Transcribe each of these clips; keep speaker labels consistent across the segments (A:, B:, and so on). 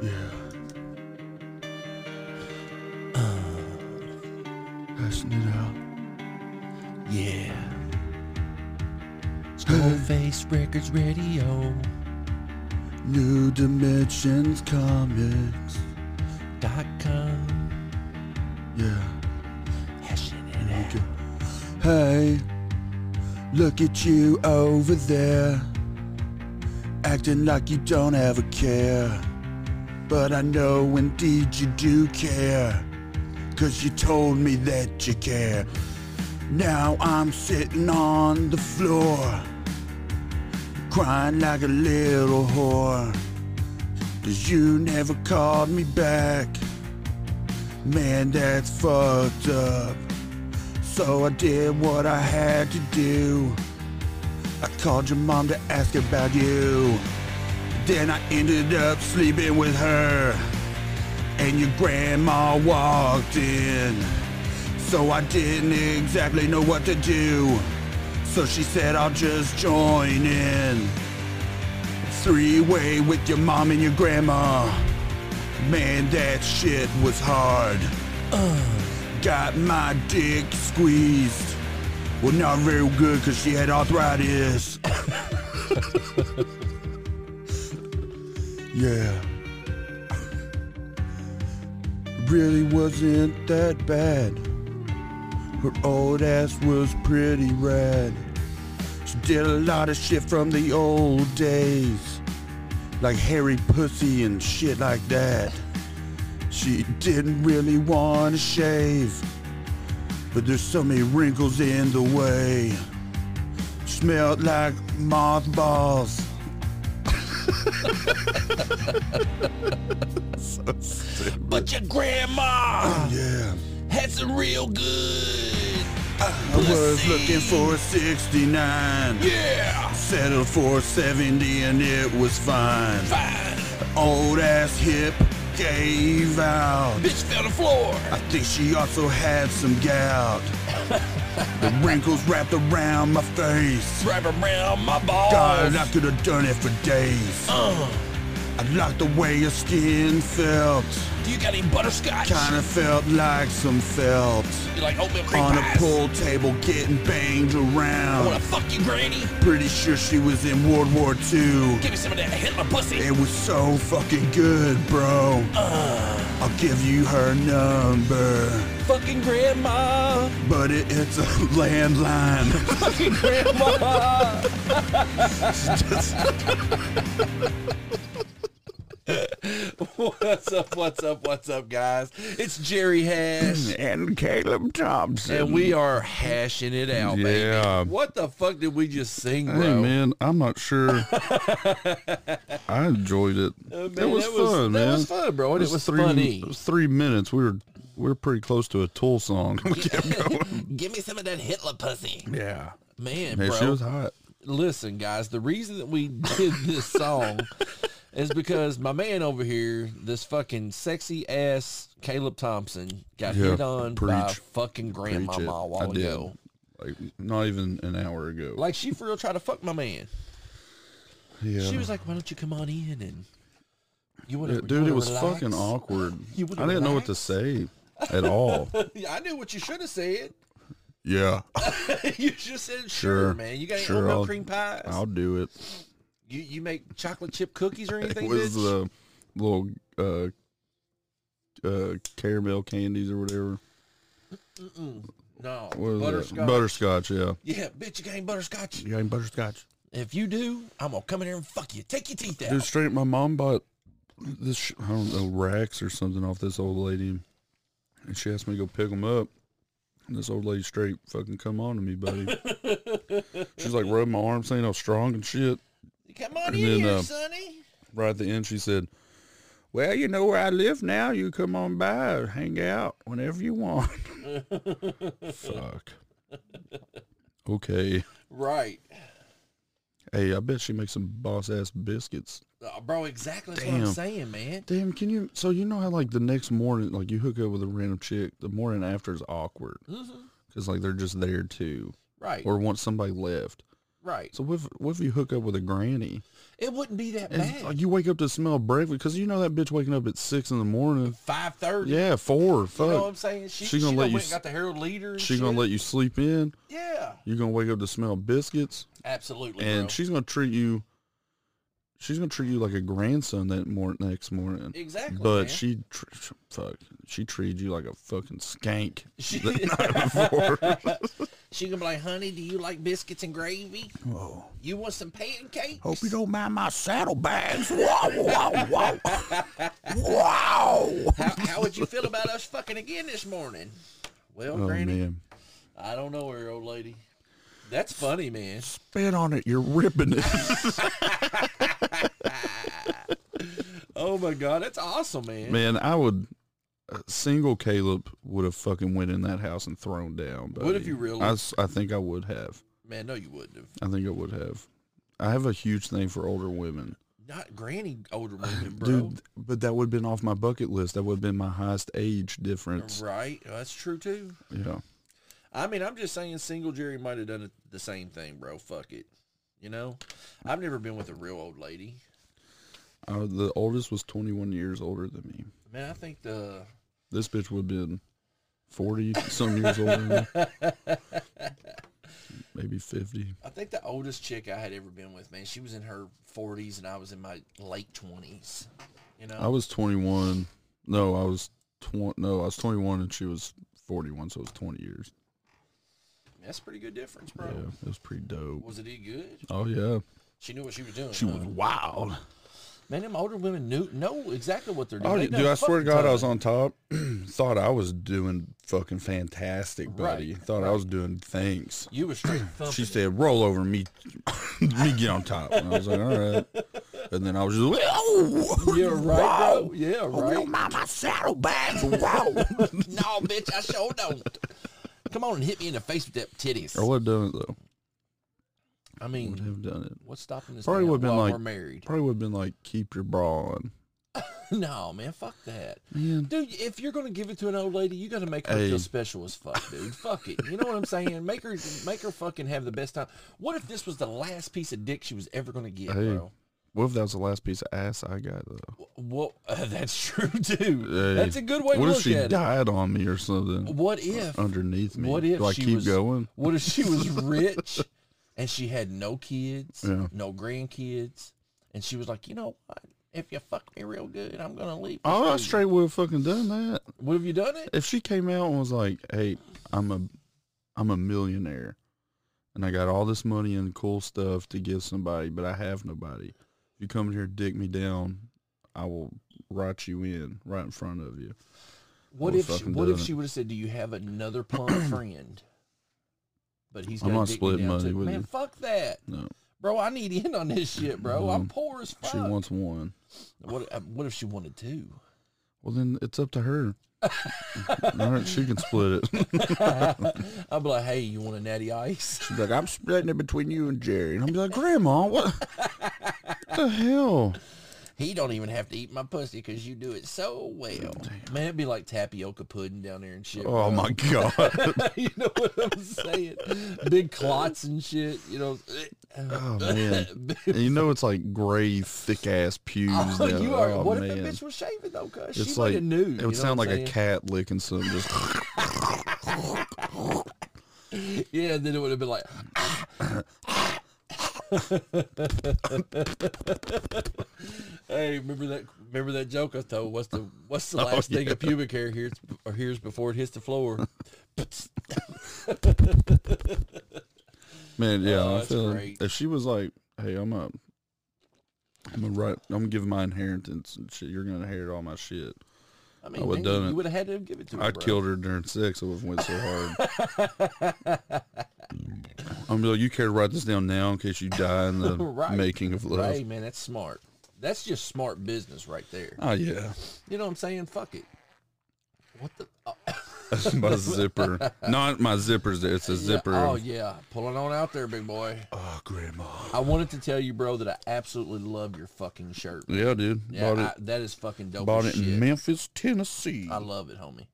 A: Yeah. Uh, hashing it out.
B: Yeah. Skullface Records Radio.
A: New Dimensions Comics.
B: Dot com.
A: Yeah.
B: Hashing it
A: Okay. Hey, look at you over there, acting like you don't ever care. But I know indeed you do care, cause you told me that you care. Now I'm sitting on the floor, crying like a little whore, cause you never called me back. Man, that's fucked up. So I did what I had to do. I called your mom to ask about you. Then I ended up sleeping with her. And your grandma walked in. So I didn't exactly know what to do. So she said, I'll just join in. Three way with your mom and your grandma. Man, that shit was hard got my dick squeezed. Well, not real good because she had arthritis. yeah. Really wasn't that bad. Her old ass was pretty rad. She did a lot of shit from the old days. Like hairy pussy and shit like that. She didn't really want to shave, but there's so many wrinkles in the way. Smelled like mothballs.
B: out. But your grandma
A: Yeah.
B: had some real good.
A: I was looking for a 69.
B: Yeah.
A: Settled for a 70 and it was fine.
B: Fine.
A: Old ass hip gave out.
B: Bitch fell to the floor.
A: I think she also had some gout. the wrinkles wrapped around my face.
B: Wrap around my balls.
A: God, I could have done it for days.
B: Uh,
A: I liked the way your skin felt.
B: do you got any butterscotch?
A: Kinda felt like some felt.
B: You like oatmeal cream
A: On a
B: pies?
A: pool table getting banged
B: I wanna
A: around.
B: fuck you, granny.
A: Pretty sure she was in World War II.
B: Give me some of that Hitler pussy.
A: It was so fucking good, bro. I'll give you her number.
B: Fucking grandma.
A: But it, it's a landline.
B: Fucking grandma. what's up, what's up, what's up, guys? It's Jerry Hash.
A: and Caleb Thompson.
B: And we are hashing it out,
A: Yeah.
B: baby. What the fuck did we just sing, bro?
A: Hey man, I'm not sure. I enjoyed it.
B: Uh, man,
A: it was
B: that
A: fun,
B: that
A: man.
B: was fun, bro, and it was,
A: three,
B: funny.
A: It was three minutes. We were we were pretty close to a Tool song. We kept going.
B: Give me some of that Hitler pussy,
A: yeah,
B: man,
A: man,
B: bro.
A: she was hot.
B: Listen, guys, the reason that we did this song is because my man over here, this fucking sexy ass Caleb Thompson, got
A: Yeah,
B: hit on by
A: preach.
B: fucking grandma
A: Preach it.
B: a while
A: I did.
B: ago.
A: Like not even an hour ago.
B: Like she for real tried to fuck my man.
A: yeah,
B: She was like, "Why don't you come on in and you want
A: Yeah,
B: to,
A: dude, it was fucking awkward. I
B: You
A: didn't
B: wanna
A: know what to
B: relax?
A: say at all.
B: I knew what you should have said.
A: yeah,
B: you just said sure,
A: Sure.
B: man. You got any
A: Sure,
B: oatmeal
A: I'll-
B: cream pies?
A: I'll do it.
B: you you make chocolate chip cookies or
A: It
B: anything,
A: was uh,
B: bitch?
A: the little uh, uh, caramel candies or whatever.
B: no,
A: What is
B: butterscotch.
A: That? Butterscotch, yeah.
B: yeah, bitch, you got any butterscotch?
A: You got butterscotch?
B: If you do, I'm gonna come in here and fuck you. Take your teeth out.
A: Dude, straight. My mom bought this. sh- I don't know racks or something off this old lady, and she asked me to go pick them up. And this old lady straight fucking come on to me, buddy. She's like rubbing my arm, saying I was strong and shit.
B: come on
A: and
B: in
A: then,
B: here,
A: uh,
B: Sonny.
A: Right at the end, she said, "Well, you know where I live now. You come on by, hang out whenever you want." Fuck. Okay.
B: Right,
A: Hey, I bet she makes some boss ass biscuits.
B: Uh, bro. Exactly that's what I'm
A: Damn.
B: saying, man.
A: Damn, can you? So you know how like the next morning, like you hook up with a random chick, the morning after is awkward
B: Mhm.
A: because like they're just there too,
B: Right,
A: or once somebody left,
B: Right.
C: So what if, what if you hook up with a granny?
B: It wouldn't be that
C: And
B: bad.
C: like you wake up to smell breakfast because you know that bitch waking up at six in the morning.
B: Five thirty.
C: Yeah, four.
B: You
C: Fuck.
B: know what I'm saying? She,
C: She
B: she
C: gonna
B: gonna
C: let you
B: went
C: s-
B: and got the Herald Leader. And
C: She's
B: shit.
C: gonna let you sleep in.
B: Yeah,
C: You're gonna wake up to smell biscuits,
B: absolutely.
C: and
B: bro.
C: she's gonna treat you. She's gonna treat you like a grandson that mor- next morning.
B: exactly.
C: But
B: man.
C: she, tr- tr- fuck, she treated you like a fucking skank.
B: She-
C: the night before.
B: she gonna be like, "Honey, do you like biscuits and gravy?
C: oh,
B: You want some pancakes?"
C: hope you don't mind my saddlebags. Wow, wow, wow, wow.
B: How, how would you feel about us fucking again this morning? Well,
C: Oh
B: Granny,
C: man,
B: I don't know her, old lady. That's funny, man.
C: spit on it. You're ripping it.
B: Oh my god, that's awesome, man.
C: man, I would. a Single Caleb would have fucking went in that house and thrown down. Buddy.
B: Would have you really?
C: I s I I think I would have.
B: Man, no, you wouldn't have.
C: I think I would have. I have a huge thing for older women.
B: Not Granny, older woman, bro.
C: Dude, but that would have been off my bucket list. That would have been my highest age difference.
B: Right? That's true too.
C: Yeah.
B: I mean, I'm just saying, single Jerry might have done it the same thing, bro. Fuck it. You know, I've never been with a real old lady.
C: I, the oldest was 21 years older than me.
B: Man, I think the
C: This bitch would have been 40 some years older than me. Maybe 50.
B: I think the oldest chick I had ever been with, man, she was in her 40s and I was in my late 20s. You know,
C: I was 21. No, I was 20. No, I was 21 and she was 41, so it was 20 years.
B: that's a pretty good difference,
C: Yeah,
B: bro.
C: it was pretty dope.
B: Was it any good?
C: Oh, yeah.
B: She knew what she was doing.
C: She
B: huh?
C: was wild.
B: Man, them older women knew know exactly what they're doing.
C: Oh,
B: They've
C: dude,
B: done
C: I swear to
B: fucking
C: God, I was
B: time.
C: on top. thought I was doing fucking fantastic, buddy.
B: Right,
C: thought I was doing thanks.
B: You were straight
C: She
B: thumping. it.
C: said, "Roll over me, me get on top." And I was like, "All right." And then I was just, like, "Oh,
B: Yeah, right,
C: wow.
B: bro. Yeah,
C: Oh,
B: right.
C: you mind my saddlebags? Wow."
B: no, bitch, I sure don't. Come on and hit me in the face with that titties.
C: I would have done it though.
B: I
C: Would
B: mean,
C: have done it.
B: what's stopping this?
C: Probably
B: now?
C: would've been
B: Well,
C: like-
B: we're married.
C: Probably would have been like, "Keep your bra on."
B: no, man, fuck that,
C: Man.
B: dude. If you're gonna give it to an old lady, you gotta make her
C: Hey.
B: feel special as fuck, dude. fuck it. You know what I'm saying? Make her, make her fucking have the best time. What if this was the last piece of dick she was ever gonna get,
C: Hey.
B: bro?
C: What if that was the last piece of ass I got though?
B: Well, uh, that's true too.
C: Hey,
B: that's a good way to
C: What
B: look
C: if she
B: at
C: died on me or something
B: it. What if?
C: underneath me?
B: What if
C: Do I
B: she
C: keep
B: was,
C: going?
B: What if she was rich and she had no kids,
C: Yeah.
B: no grandkids, and she was like, you know what? If you fuck me real good, I'm gonna leave. with
C: Oh, I
B: you."
C: straight would have fucking done that.
B: What have you done it?
C: If she came out and was like, "Hey, I'm a, I'm a millionaire, and I got all this money and cool stuff to give somebody, but I have nobody. If you come in here, and dick me down, I will rot you in right in front of you."
B: What
C: Well,
B: if she,
C: fucking
B: what if
C: done it.
B: she would have said, "Do you have another plump friend?" But he's
C: I'm
B: gotta
C: not
B: dick me
C: splitting
B: down
C: money
B: too.
C: with
B: Man,
C: you.
B: fuck that,
C: No,
B: bro. I need in on this shit, bro. I'm
C: No.
B: poor as fuck.
C: she wants one.
B: what? uh, What if she wanted two?
C: Well, then it's up to her. all right, she can split it.
B: I'd be like, "Hey, you want a natty ice?"
C: She's like, "I'm splitting it between you and Jerry," and I'm like, "Grandma, what?" what the hell?
B: he don't even have to eat my pussy because you do it so well. Man, it'd be like tapioca pudding down there and shit.
C: Oh my god.
B: bro. you know what I'm saying? Big clots and shit. You know.
C: Oh man. And you know it's like gray, thick ass pews.
B: Oh,
C: down-
B: you are.
C: oh,
B: what if
C: man.
B: that bitch was shaving though? Cause she
C: It's
B: might
C: like
B: have knew.
C: it would sound like a cat licking some. Just
B: a cat. Yeah, then it would have been like. hey, remember that? Remember that joke I told? What's the What's the last thing
C: Oh, yeah.
B: a pubic hair hears or hears before it hits the floor?
C: man, yeah.
B: Oh,
C: I
B: that's
C: feel
B: great.
C: if she was like, "Hey, I'm a, I'm a right, I'm gonna give my inheritance and shit. You're gonna inherit all my shit."
B: I mean,
C: would've
B: man,
C: done it.
B: you would have had to give it to her.
C: I
B: bro.
C: killed her during sex. I would have went so hard. I'm like, you care to write this down now in case you die in the
B: Right.
C: making of love.
B: Hey, man, that's smart. That's just smart business right there.
C: Oh yeah,
B: You know what I'm saying? Fuck it. What the? Oh,
C: my zipper. Not my zippers. There, it's a zipper.
B: Yeah. Oh
C: of-
B: yeah, pulling on out there, big boy.
C: oh, grandma.
B: I wanted to tell you, bro, that I absolutely love your fucking shirt.
C: Yeah, dude.
B: Yeah,
C: bought
B: I,
C: it.
B: that is fucking dope.
C: bought
B: as
C: it in
B: shit.
C: Memphis, Tennessee.
B: I love it, homie.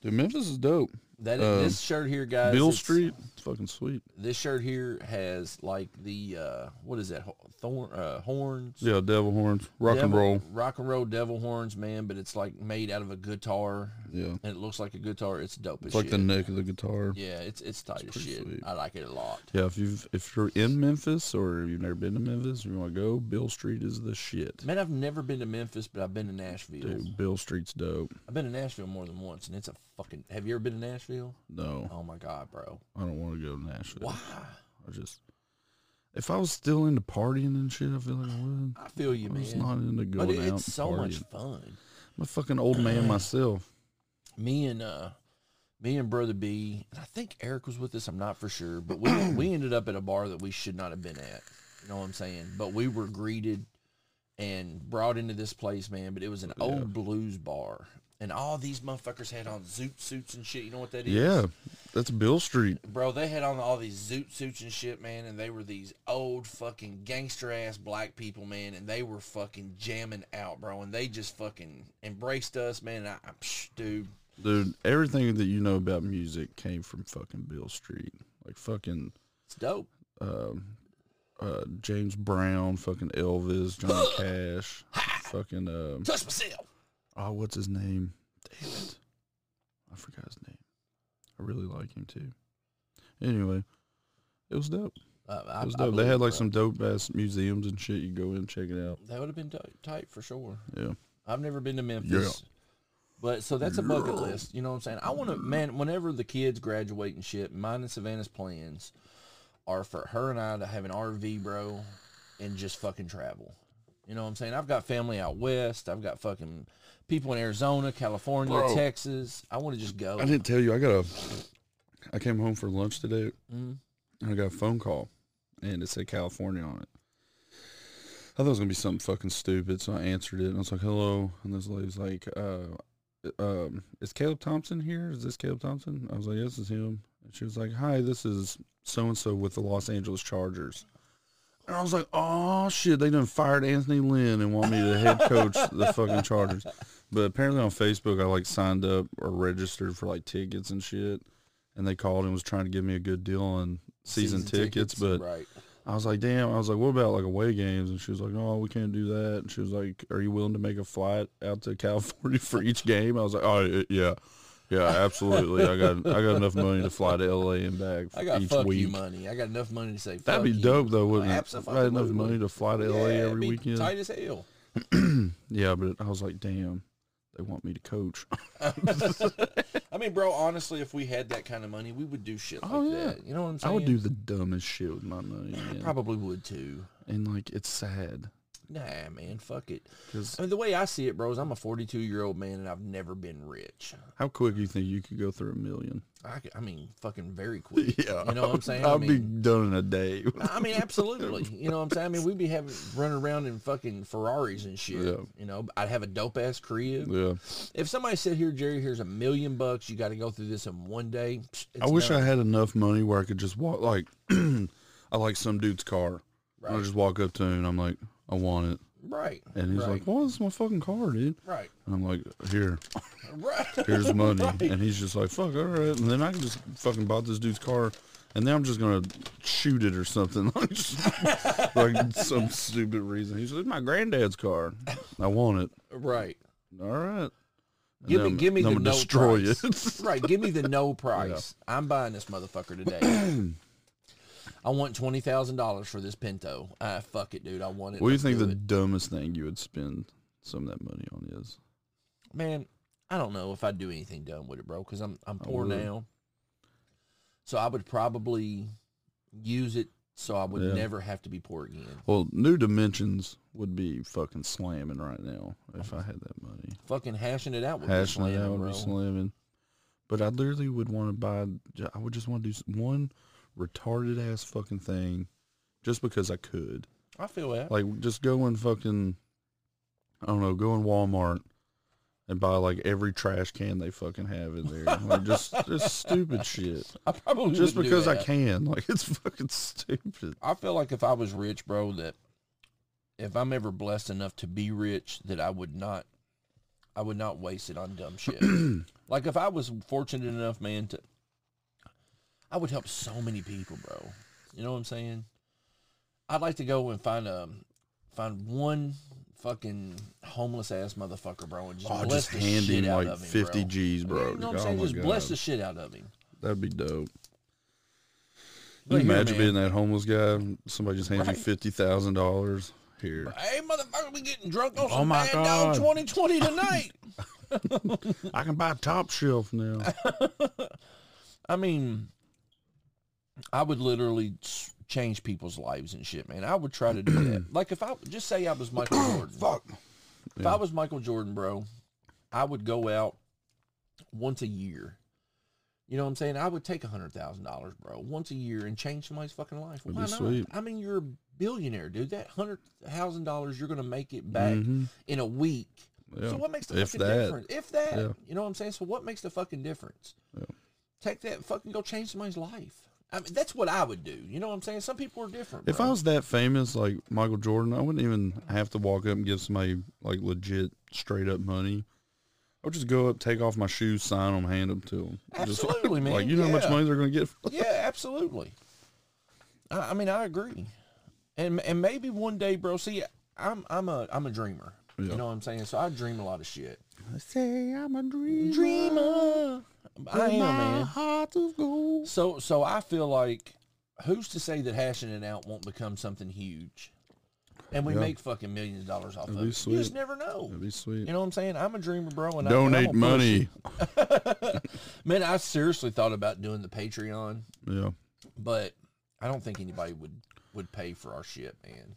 C: dude, Memphis is dope.
B: That
C: Um,
B: this shirt here, guys.
C: Bill
B: it's-
C: Street, it's fucking sweet.
B: This shirt here has like the uh, what is that ho- thorn uh, horns?
C: Yeah, devil horns, rock and
B: devil-
C: roll.
B: rock and roll devil horns, man. But it's like made out of a guitar,
C: Yeah,
B: and it looks like a guitar. It's dope as
C: it's like
B: shit.
C: the neck of the guitar. Yeah.
B: yeah, it's it's tight as
C: pretty
B: shit.
C: sweet.
B: I like it a lot.
C: if you've if you're in Memphis or you've never been to Memphis, you want to go. Bill Street is the shit.
B: Man, I've never been to Memphis, but I've been to Nashville.
C: Dude, Bill Street's dope.
B: I've been to Nashville more than once, and it's a fucking. Have you ever been to Nashville?
C: No,
B: Oh my god, bro!
C: I don't want to go to Nashville.
B: Why?
C: I just if I was still into partying and shit, I feel like I would.
B: I feel you,
C: I'm
B: man.
C: just not into going
B: but it-
C: out.
B: it's
C: and
B: so much
C: partying.
B: fun.
C: I'm a fucking old man myself.
B: me and uh me and brother B and I think Eric was with us, I'm not for sure, but we we ended up at a bar that we should not have been at. You know what I'm saying? But we were greeted and brought into this place, man, but it was an old blues bar. And all these motherfuckers had on zoot suits and shit. You know what that is?
C: Yeah, that's Bill Street.
B: Bro, they had on all these zoot suits and shit, man, and they were these old fucking gangster ass black people, man, and they were fucking jamming out, bro, and they just fucking embraced us, man. And I, I psh, dude,
C: Dude, everything that you know about music came from fucking Bill Street. Like fucking
B: it's dope.
C: um, uh, James Brown, fucking Elvis, Johnny Cash, fucking um,
B: Touch myself.
C: oh, what's his name? Damn it, I forgot his name. I really like him too. Anyway, it was dope.
B: Uh, I,
C: It was
B: I
C: dope. They
B: believe
C: had
B: it,
C: like
B: bro.
C: some dope ass museums and shit. You go in and check it out.
B: That would have been t- tight for sure.
C: Yeah,
B: I've never been to Memphis. But so that's a bucket list. You know what I'm saying? I want to, man, whenever the kids graduate and shit, mine and Savannah's plans are for her and I to have an RV, bro, and just fucking travel. You know what I'm saying? I've got family out west. I've got fucking people in Arizona, California,
C: Bro.
B: Texas. I want to just go.
C: I didn't tell you. I got a. I came home for lunch today,
B: Mm-hmm.
C: and I got a phone call, and it said California on it. I thought it was gonna be something fucking stupid, so I answered it, and I was like, "Hello," and this lady's like, uh, um, "Is Caleb Thompson here? Is this Caleb Thompson?" I was like, "Yes, this is him." And she was like, "Hi, this is so and so with the Los Angeles Chargers." And I was like, "Oh shit, they done fired Anthony Lynn and want me to head coach the fucking Chargers." But apparently on Facebook, I like signed up or registered for like tickets and shit, and they called and was trying to give me a good deal on season, tickets, but
B: right.
C: I was like, damn. I was like, what about like away games? And she was like, no, we can't do that. And she was like, are you willing to make a flight out to California for each game? I was like, oh y- yeah, yeah, absolutely. I got I got enough money to fly to LA and back
B: I got
C: each
B: fuck
C: week.
B: you money. I got enough money to say.
C: That'd be
B: fuck you.
C: dope though, wouldn't it? If I had enough
B: Absolutely.
C: money to fly to
B: Yeah,
C: LA
B: it'd
C: every
B: be
C: weekend.
B: Tight as hell.
C: Yeah, but I was like, damn, they want me to coach.
B: I mean, bro, honestly, if we had that kind of money, we would do shit like
C: Oh, yeah.
B: that. You know what I'm saying?
C: I would do the dumbest shit with my money, man.
B: Probably would too.
C: And like, it's sad
B: Nah, man, fuck it.
C: because
B: I mean, the way I see it, bro, is I'm a 42 year old man and I've never been rich.
C: how quick you think you could go through a million?
B: I, c- I mean, fucking very quick. You know what I'm saying?
C: I'd
B: I mean,
C: be done in a day.
B: I mean, absolutely. You know what I'm saying? I mean, we'd be having running around in fucking Ferraris and shit.
C: Yeah.
B: You know, I'd have a dope ass crib.
C: Yeah.
B: If somebody said, "Here, Jerry, here's a million bucks. You got to go through this in one day." psh,
C: I
B: it's
C: wish
B: not-
C: I had enough money where I could just walk like I like some dude's car. And I
B: Right.
C: just walk up to him and I'm like, I want it.
B: Right.
C: And he's
B: right,
C: like, Well, this is my fucking car, dude.
B: Right.
C: And I'm like, Here,
B: Right.
C: here's money.
B: Right.
C: And he's just like, Fuck, all right. And then I can just fucking bought this dude's car and then I'm just gonna shoot it or something. Like, just- like some stupid reason. He's like, my granddad's car. I want it.
B: Right.
C: All right. And
B: Give
C: then
B: me, give me
C: then
B: the
C: I'm
B: no
C: gonna destroy
B: price.
C: it.
B: right, give me the no price. I'm buying this motherfucker today. I want twenty thousand dollars for this Pinto. Ah, fuck it, dude. I want it.
C: What do you
B: Let's
C: think
B: do
C: the
B: it.
C: dumbest thing you would spend some of that money on is?
B: man? I don't know if I'd do anything dumb with it, bro. Because I'm I'm
C: I
B: poor
C: would.
B: now, so I would probably use it so I would
C: Yeah.
B: never have to be poor again.
C: Well, New Dimensions would be fucking slamming right now if I had that money.
B: Fucking hashing it out with
C: Hashing
B: this
C: it out
B: man,
C: would
B: bro.
C: be slamming. But I literally would want to buy. ju- I would just want to do s- one retarded ass fucking thing, just because I could.
B: I feel that.
C: Like just go and fucking, I don't know, go in Walmart and buy like every trash can they fucking have in there. like just just stupid shit.
B: I probably
C: Just
B: wouldn't do
C: because I
B: that.
C: can. Like it's fucking stupid.
B: I feel like if I was rich, bro, that if I'm ever blessed enough to be rich, that I would not, I would not waste it on dumb shit. Like if I was fortunate enough, man, to I would help so many people, bro. You know what I'm saying? I'd like to go and find a find one fucking homeless ass motherfucker, bro, and just
C: Oh,
B: bless
C: just
B: the
C: hand
B: shit
C: him
B: out
C: like
B: of him,
C: 50
B: bro.
C: G's, bro.
B: You know
C: Oh
B: what I'm saying?
C: my
B: Just bless
C: God.
B: the shit out of him.
C: That'd be dope.
B: Look
C: Can you
B: here,
C: imagine
B: man.
C: being that homeless guy? Somebody just hands
B: Right.
C: you fifty thousand dollars here.
B: Hey, motherfucker, we getting drunk on
A: Oh
B: some
A: my
B: bad
A: God.
B: dog 2020 tonight.
A: I can buy top shelf now.
B: I mean, I would literally s- change people's lives and shit, man. I would try to do that. Like if I just say I was Michael Jordan,
A: Fuck.
B: if I was Michael Jordan, bro, I would go out once a year. You know what I'm saying? I would take a hundred thousand dollars, bro, once a year and change somebody's fucking life.
C: That'd
B: Why
C: be
B: not?
C: sweet.
B: I mean, you're a billionaire, dude. That hundred thousand dollars, you're gonna make it back in a week.
C: Mm-hmm. Yeah.
B: So what makes the
C: If
B: fucking
C: that.
B: difference? If that,
C: Yeah.
B: you know what I'm saying? So what makes the fucking difference?
C: Yeah.
B: Take that fucking go change somebody's life. I mean, that's what I would do. You know what I'm saying? Some people are different.
C: If
B: bro.
C: I was that famous, like Michael Jordan, I wouldn't even have to walk up and give somebody like legit, straight up money. I would just go up, take off my shoes, sign them, hand them to them.
B: Absolutely,
C: like,
B: man.
C: Like you know how much
B: Yeah.
C: money they're gonna get. For
B: yeah, absolutely. I, I mean, I agree, and and maybe one day, bro. See, I'm I'm a I'm a dreamer.
C: Yeah.
B: You know what I'm saying? So I dream a lot of shit.
C: Say I'm a dreamer.
B: Dreamer, I am man.
C: heart of gold.
B: So so I feel like who's to say that hashing it out won't become something huge, and we
C: Yeah.
B: make fucking millions of dollars off
C: That'd
B: of
C: be
B: it. You just
C: sweet.
B: never know.
C: That'd be sweet.
B: You know what I'm saying? I'm a dreamer, bro. And I- and I'm
C: Donate
B: gonna push
C: money.
B: it. man. I seriously thought about doing the Patreon,
C: Yeah.
B: but I don't think anybody would would pay for our shit, man.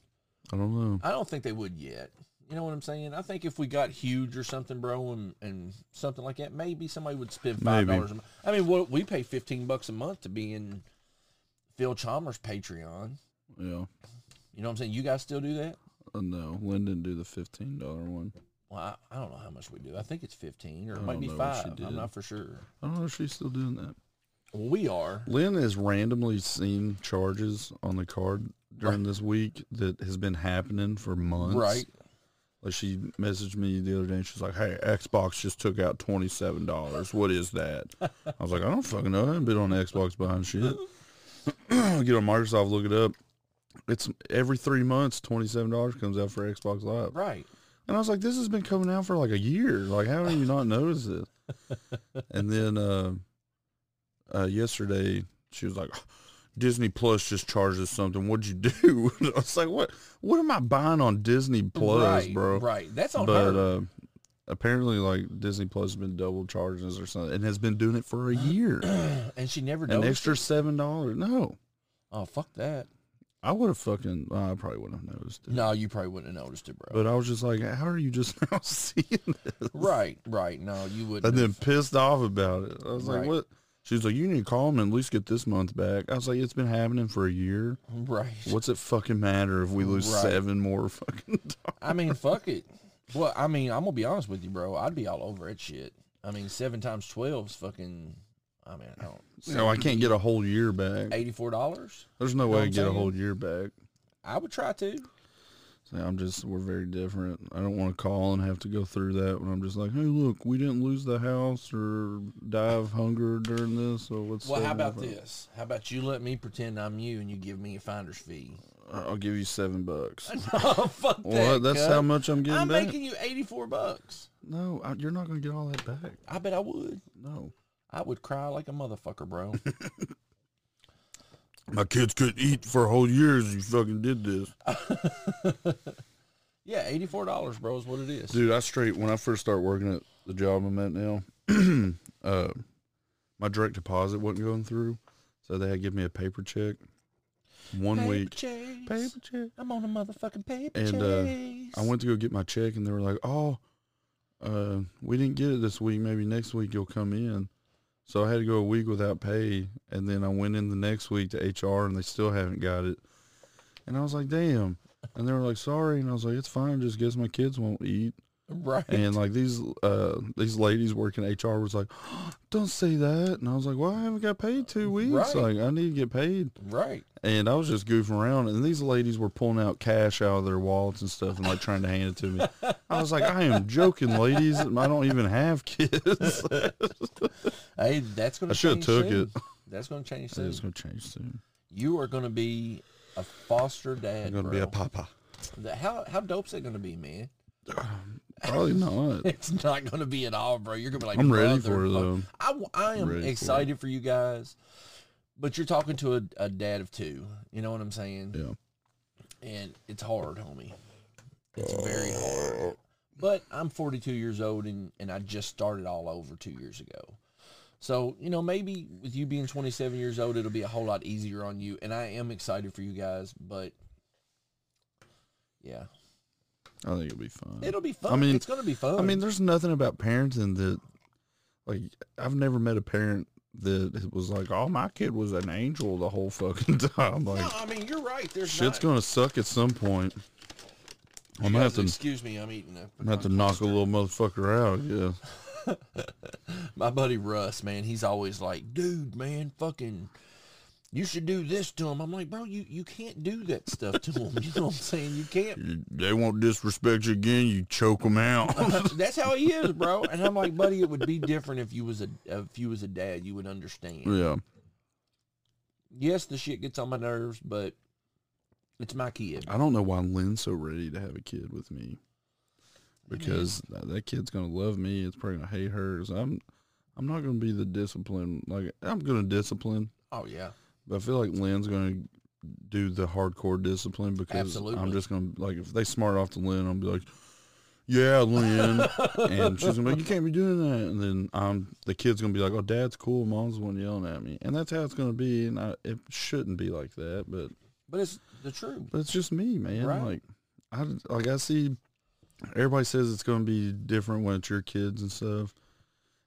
C: I don't know.
B: I don't think they would yet. You know what I'm saying? I think if we got huge or something, bro, and, and something like that, maybe somebody would spend five
C: Maybe.
B: dollars. a month. I mean, what we pay fifteen bucks a month to be in Phil Chalmers Patreon.
C: Yeah.
B: You know what I'm saying? You guys still do that?
C: Uh, no, Lyndon do the fifteen dollar one.
B: Well, I, I don't know how much we do. I think it's fifteen or it
C: I
B: might
C: don't
B: be
C: know what she
B: five.
C: did.
B: I'm not for sure.
C: I don't know if she's still doing that.
B: Well, we are.
C: Lynn has randomly seen charges on the card during this week that has been happening for months.
B: Right.
C: Like she messaged me the other day and she's like, Hey, Xbox just took out twenty seven dollars. What is that? I was like, I don't fucking know. I haven't been on Xbox behind shit. Get on Microsoft, look it up. It's every three months twenty seven dollars comes out for Xbox Live.
B: Right.
C: And I was like, this has been coming out for like a year. Like, how do you not notice this? and then uh, uh, yesterday, she was like, Disney Plus just charged us something. What'd you do? I was like, what What am I buying on Disney Plus,
B: right,
C: bro?
B: Right. That's on
C: But
B: her.
C: uh, apparently, like, Disney Plus has been double charging us or something and has been doing it for a year.
B: and she never
C: uh, An
B: knows.
C: extra $7. No.
B: oh, fuck that.
C: I would have fucking, I probably wouldn't have noticed it.
B: No, you probably wouldn't have noticed it, bro.
C: But I was just like, how are you just now seeing this?
B: right. Right. No, you wouldn't.
C: and then
B: have.
C: pissed off about it. I was
B: Right.
C: like, "What?" She was like, "You need to call him and at least get this month back." I was like, "It's been happening for a year.
B: Right.
C: What's it fucking matter if we lose
B: Right.
C: seven more fucking dollars?"
B: I mean, fuck it. Well, I mean, I'm gonna be honest with you, bro. I'd be all over it shit. I mean, seven times twelve's fucking. I mean, I don't.
C: So I can't get a whole year back.
B: Eighty-four dollars.
C: There's no way I
B: I'm
C: can get a
B: saying?
C: whole year back.
B: I would try to.
C: So I'm just we're very different. I don't want to call and have to go through that when I'm just like, "Hey, look, we didn't lose the house or die of hunger during this." So what's
B: Well, how
C: seven
B: about
C: bucks?
B: this? How about you let me pretend I'm you and you give me a finder's fee?
C: I'll give you seven bucks.
B: oh, fuck
C: What?
B: that.
C: That's
B: cuz.
C: how much I'm getting
B: I'm
C: back.
B: making you eighty-four bucks.
C: No, I, you're not going to get all that back.
B: I bet I would.
C: No.
B: I would cry like a motherfucker, bro.
C: My kids couldn't eat for whole years. You fucking did this,
B: yeah, eighty-four dollars, bro, is what it is.
C: dude. I straight when I first started working at the job I'm at now, uh, my direct deposit wasn't going through, so they had to give me a paper check. One
B: Paper
C: week,
B: chase.
C: paper check.
B: I'm on a motherfucking paper
C: And, uh,
B: chase.
C: I went to go get my check, and they were like, "Oh, uh, we didn't get it this week. Maybe next week you'll come in." So I had to go a week without pay, and then I went in the next week to HR, and they still haven't got it. And I was like, "Damn!" And they were like, "Sorry," and I was like, "It's fine. Just guess my kids won't eat."
B: Right.
C: And like these uh these ladies working HR was like, "Don't say that," and I was like, "Well, I haven't got paid two weeks.
B: Right.
C: Like, I need to get paid."
B: right.
C: And I was just goofing around, and these ladies were pulling out cash out of their wallets and stuff, and like trying to hand it to me. I was like, "I am joking, ladies. I don't even have kids."
B: Hey, that's gonna.
C: I shoulda
B: change
C: took
B: soon.
C: it.
B: That's gonna change soon.
C: It's gonna change soon.
B: You are gonna be a foster dad.
C: I'm gonna be
B: bro.
C: a papa.
B: The- How how dope's that gonna be, man?
C: Probably not.
B: It's not gonna be at all, bro. You're gonna be like,
C: I'm ready for it
B: "Motherfuck-"
C: though.
B: I, w- I am
C: ready for it.
B: excited for, you guys, but you're talking to a, a dad of two. You know what I'm saying?
C: Yeah.
B: And it's hard, homie. It's very hard. But I'm 42 years old, and and I just started all over two years ago. So you know, maybe with you being 27 years old, it'll be a whole lot easier on you. And I am excited for you guys, but yeah,
C: I think it'll be fun.
B: it'll be fun.
C: I mean,
B: it's gonna be fun.
C: I mean, there's nothing about parenting that, like, I've never met a parent that was like, "Oh, my kid was an angel the whole fucking time." Like,
B: no, I mean you're right. There's not,
C: shit's gonna suck at some point. I'm
B: You
C: gonna
B: guys,
C: have to, I'm
B: Excuse me, I'm eating a.
C: gonna have to knock a little motherfucker out. Yeah,
B: My buddy Russ, man, he's always like, dude, man, fucking, you should do this to him. I'm like, bro, you, you can't do that stuff to him. You know what I'm saying? You can't.
C: You- they won't disrespect you again. You choke them out.
B: That's how he is, bro. And I'm like, buddy, it would be different if you was a if you was a dad, you would understand.
C: yeah,
B: Yes, the shit gets on my nerves, but it's my kid.
C: I don't know why Lynn's so ready to have a kid with me, because that, that kid's gonna love me. It's probably gonna hate hers. I'm, I'm not gonna be the discipline. Like, I'm gonna discipline.
B: Oh yeah,
C: But I feel like Lynn's going to do the hardcore discipline because
B: Absolutely.
C: I'm just going to, like, if they smart off to Lynn, I'll be like, yeah, Lynn. and she's going to be like, you can't be doing that. And then I'm, the kid's going to be like, oh, dad's cool. Mom's the one yelling at me. And that's how it's going to be. And I, it shouldn't be like that. But,
B: but it's the truth.
C: but it's just me, man.
B: Right.
C: Like, I, like, I see everybody says it's going to be different when it's your kids and stuff.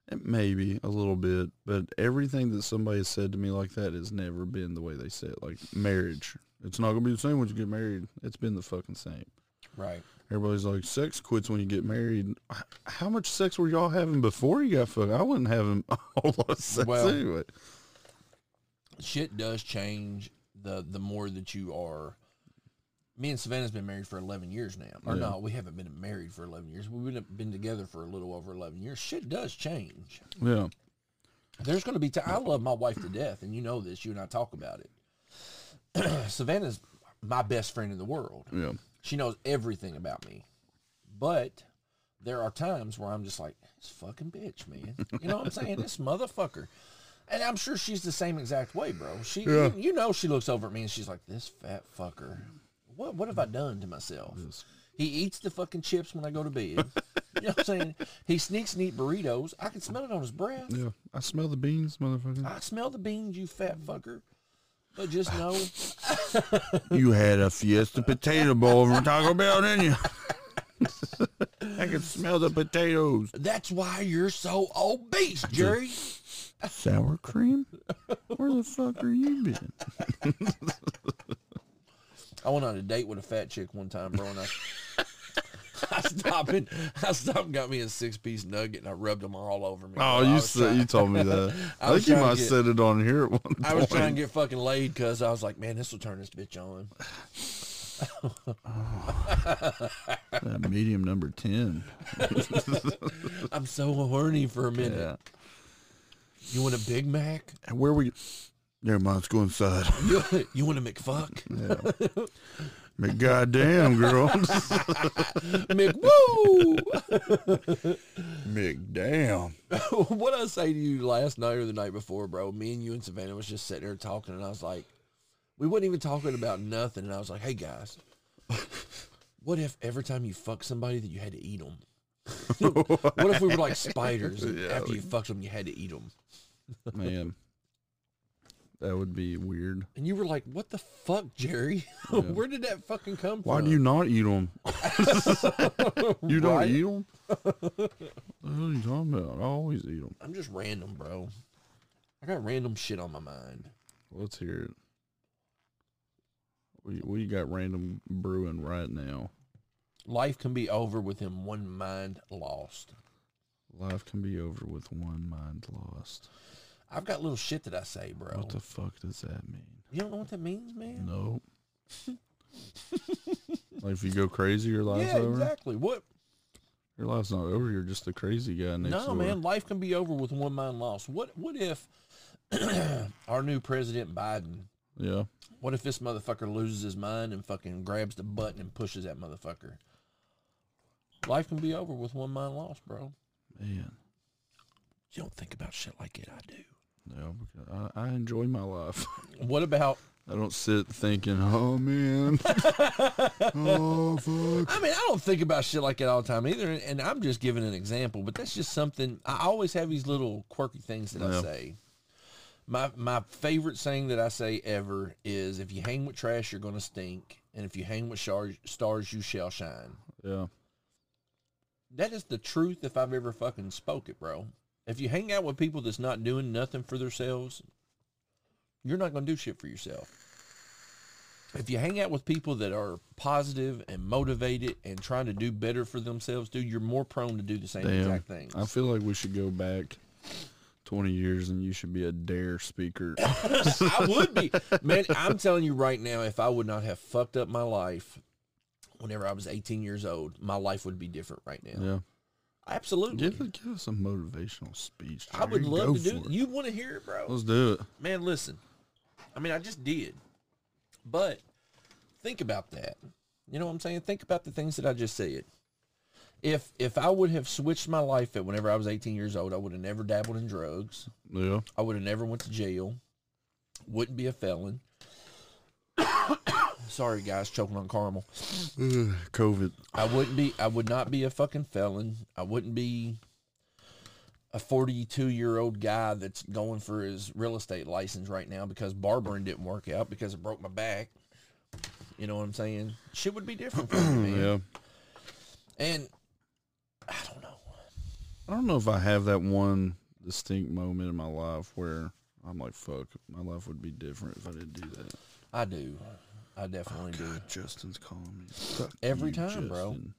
C: And Maybe a little bit, but everything that somebody has said to me like that has never been the way they say it. Like marriage, it's not gonna be the same when you get married. It's been the fucking same.
B: Right.
C: Everybody's like, sex quits when you get married. H- How much sex were y'all having before you got fucked? I wasn't having a whole lot of sex
B: Well-
C: anyway.
B: shit does change the the more that you are. Me and Savannah's been married for eleven years now, or
C: Yeah.
B: no, we haven't been married for eleven years. We've been, been together for a little over eleven years. Shit does change.
C: Yeah,
B: There's going to be time. I love my wife to death, and you know this. You and I talk about it. Savannah's my best friend in the world.
C: yeah,
B: She knows everything about me, but there are times where I'm just like, this fucking bitch, man. You know what I'm saying? this motherfucker. And I'm sure she's the same exact way, bro. She,
C: Yeah.
B: you, you know, she looks over at me and she's like, this fat fucker. What, what have I done to myself? He eats the fucking chips when I go to bed. you know what I'm saying? He sneaks and eat burritos. I can smell it on his breath.
C: yeah. I smell the beans, motherfucker.
B: I smell the beans, you fat fucker. But just know,
A: You had a fiesta potato bowl from Taco Bell, didn't you?
C: I can smell the potatoes.
B: that's why you're so obese, Jerry.
A: Sour cream?
C: Where the fuck are you been?
B: I went on a date with a fat chick one time, bro, and I, I stopped and I stopped and got me a six piece nugget and I rubbed them all over me.
C: Oh,
B: bro. I
C: you
B: was
C: said,
B: trying-
C: you told me that.
B: I
C: I,
B: was
C: think
B: trying to
C: you might have
B: get-
C: said it on here at one point.
B: I was trying to get fucking laid because I was like, man, this will turn this bitch on.
C: That Uh, medium number ten.
B: I'm so horny for a minute.
C: Yeah.
B: You want a Big Mac?
C: And Where we?
A: Never mind, let's go inside.
B: You, you want a McFuck?
A: But goddamn, girl.
B: McWoo!
A: McDamn.
B: what I say to you last night or the night before, bro, me and you and Savannah was just sitting there talking, and I was like, we wasn't even talking about nothing, and I was like, hey guys, what if every time you fuck somebody that you had to eat them? what if we were like spiders and
C: Yeah,
B: after you
C: like-
B: fucked them you had to eat them?
C: Man, that would be weird.
B: And you were like, what the fuck, Jerry? Where did that fucking come
C: Why
B: from?
C: do you not eat them? you don't
B: Right?
C: eat them? what are you talking about? I always eat them.
B: I'm just random, bro. I got random shit on my mind.
C: Let's hear it. We, we got random brewing right now.
B: Life can be over with him one mind lost.
C: Life can be over with one mind lost.
B: I've got little shit that I say, bro.
C: What the fuck does that mean?
B: you don't know what that means, man?
C: No. like if you go crazy, your life's
B: yeah,
C: over.
B: exactly. What?
C: Your life's not over. You're just the crazy guy next
B: No,
C: door.
B: man. Life can be over with one mind lost. What? What if our new president Biden?
C: Yeah.
B: What if this motherfucker loses his mind and fucking grabs the button and pushes that motherfucker? Life can be over with one mind lost, bro.
C: Man.
B: You don't think about shit like it. I do.
C: No, because I, I enjoy my life.
B: What about?
C: I don't sit thinking, oh man, oh fuck.
B: I mean, I don't think about shit like it all the time either, and- and I'm just giving an example. But that's just something I always have these little quirky things that I
C: Yeah.
B: say. My my favorite saying that I say ever is, "If you hang with trash, you're gonna stink, and if you hang with shar- stars, you shall shine."
C: Yeah,
B: That is the truth. If I've ever fucking spoke it, bro. If you hang out with people that's not doing nothing for themselves, you're not gonna do shit for yourself. If you hang out with people that are positive and motivated and trying to do better for themselves, dude, you're more prone to do the same
C: damn.
B: exact things.
C: I feel like we should go back twenty years, and you should be a dare speaker.
B: I would be. Man, I'm telling you right now, if I would not have fucked up my life whenever I was 18 years old, my life would be different right now.
C: yeah,
B: Absolutely.
C: give give us a motivational speech.
B: I would
C: Jerry.
B: love
C: Go
B: to do
C: for it.
B: You want to hear it, bro?
C: Let's do it.
B: Man, listen. I mean, I just did. But think about that. You know what I'm saying? Think about the things that I just said. If if I would have switched my life at whenever I was 18 years old, I would have never dabbled in drugs.
C: Yeah,
B: I would have never went to jail. Wouldn't be a felon. Sorry, guys, choking on caramel.
C: Ugh, COVID.
B: I wouldn't be. I would not be a fucking felon. I wouldn't be a forty-two-year-old guy that's going for his real estate license right now because barbering didn't work out because it broke my back. You know what I'm saying? Shit would be different for me, man.
C: Yeah,
B: And I don't know.
C: I don't know if I have that one distinct moment in my life where I'm like, fuck, my life would be different if I didn't do that.
B: I do. I definitely do.
C: God, Justin's calling me. Fuck
B: Every
C: you,
B: time, bro.
C: Justin.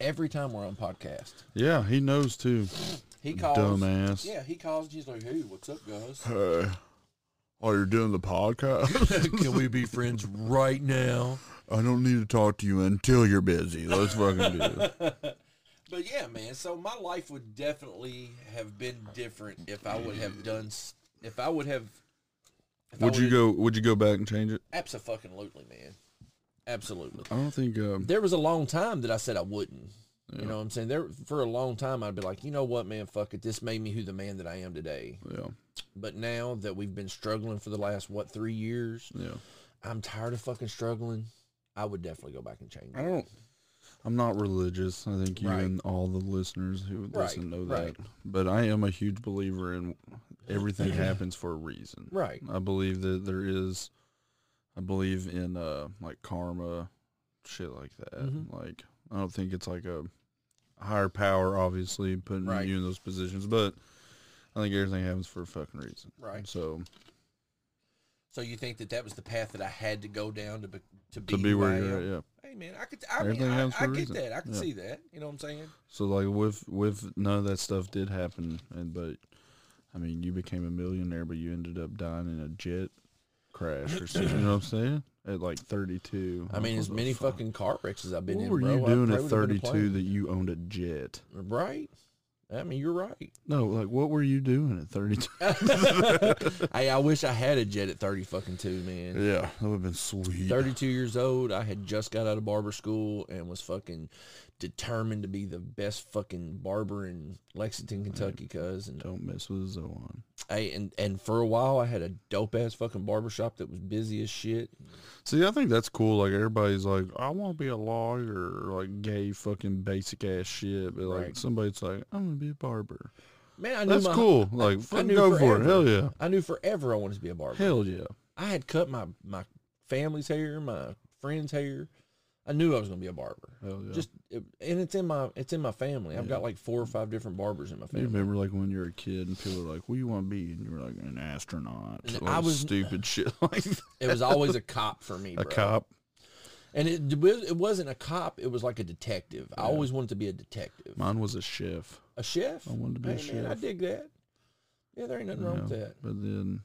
B: Every time we're on podcast,
C: Yeah, he knows too.
B: he calls.
C: Dumbass.
B: Yeah, he calls and he's like, "Hey, what's up, guys?"
C: Hey, oh, you're doing the podcast?
B: Can we be friends right now?
C: I don't need to talk to you until you're busy. Let's fucking do it.
B: But yeah, man. So my life would definitely have been different if I would have done. s- If I would have. If
C: Would you go? Would you go back and change it?
B: Absolutely, man. Absolutely.
C: I don't think. Um,
B: There was a long time that I said I wouldn't. You know what I'm saying? There for a long time I'd be like, you know what, man, fuck it. This made me who the man that I am today.
C: yeah,
B: But now that we've been struggling for the last what three years,
C: yeah.
B: I'm tired of fucking struggling. I would definitely go back and change.
C: I don't. I'm not religious. I think you
B: Right.
C: and all the listeners who would
B: Right,
C: listen know that.
B: right.
C: But I am a huge believer in everything happens for a reason.
B: Right.
C: I believe that there is. I believe in uh like karma, shit like that.
B: Mhm.
C: Like I don't think it's like a higher power, obviously, putting
B: Right.
C: you in those positions, but I think everything happens for a fucking reason.
B: Right.
C: So
B: So you think that that was the path that I had to go down to be, to be,
C: to be
B: who I
C: where
B: am?
C: you're at, yeah.
B: Hey man, I could. I
C: Everything
B: mean, I,
C: happens for
B: I
C: a
B: get
C: reason.
B: that. I can
C: Yeah.
B: see that. You know what I'm saying?
C: So like with with none of that stuff did happen, and but I mean you became a millionaire, but you ended up dying in a jet crash or something. you know what I'm saying? At like 32.
B: I mean,
C: What
B: as
C: the
B: many
C: fuck?
B: fucking car wrecks as I've been
C: What
B: in,
C: were
B: bro.
C: you
B: I
C: doing at
B: probably would've been a
C: 32 that you owned a jet?
B: plane. Right. I mean, you're right.
C: No, like what were you doing at 32?
B: hey, I wish I had a jet at 30 fucking two, man.
C: yeah, that would have been sweet.
B: 32 years old. I had just got out of barber school and was fucking determined to be the best fucking barber in Lexington, Kentucky, cuz. And
C: Don't mess with Zoan.
B: hey, and and for a while, I had a dope ass fucking barber shop that was busy as shit.
C: See, I think that's cool. Like everybody's like, I want to be a lawyer, or like gay fucking basic ass shit. But like
B: Right.
C: somebody's like, I'm gonna be a barber.
B: Man, I knew
C: That's
B: my-
C: cool. Like
B: I
C: fucking
B: knew
C: go
B: forever,
C: for it. Hell yeah.
B: I knew forever I wanted to be a barber.
C: Hell yeah.
B: I had cut my my family's hair, my friend's hair. I knew I was gonna be a barber.
C: Hell yeah.
B: Just it- and it's in my it's in my family. I've got like four or five different barbers in my
C: You
B: family.
C: remember like when you were a kid and people were like, "What do you want to be?" and you were like, "An astronaut."
B: And
C: Like,
B: I was-
C: stupid shit like that.
B: It was always a cop for me, bro.
C: a cop.
B: And it it was- it wasn't a cop; it was like a detective. I always wanted to be a detective,
C: Mine was a chef.
B: a chef.
C: I wanted to be a
B: Hey, man, I
C: chef.
B: dig that. Yeah, there ain't nothing wrong with
C: Yeah,
B: that.
C: But then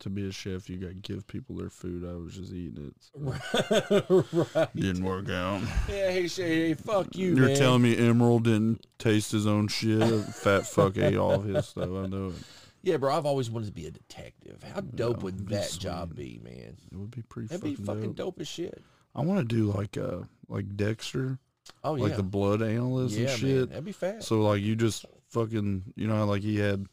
C: to be a chef, you got to give people their food. I was just eating it. so
B: right?
C: Didn't work out.
B: Yeah, hey, Shay, hey, fuck you,
C: You're
B: man.
C: telling me Emerald didn't taste his own shit? Fat fuck ate all of his stuff. I know it.
B: yeah, bro, I've always wanted to be a detective. How dope would
C: that'd be
B: that
C: sweet.
B: job be, man?
C: It would be pretty
B: That'd
C: fucking,
B: be fucking
C: dope.
B: dope. as shit.
C: I want to do like uh like Dexter,
B: Oh
C: like
B: yeah,
C: the blood analyst
B: yeah,
C: and shit.
B: man, that'd be fast.
C: So like you just fucking you know how like he had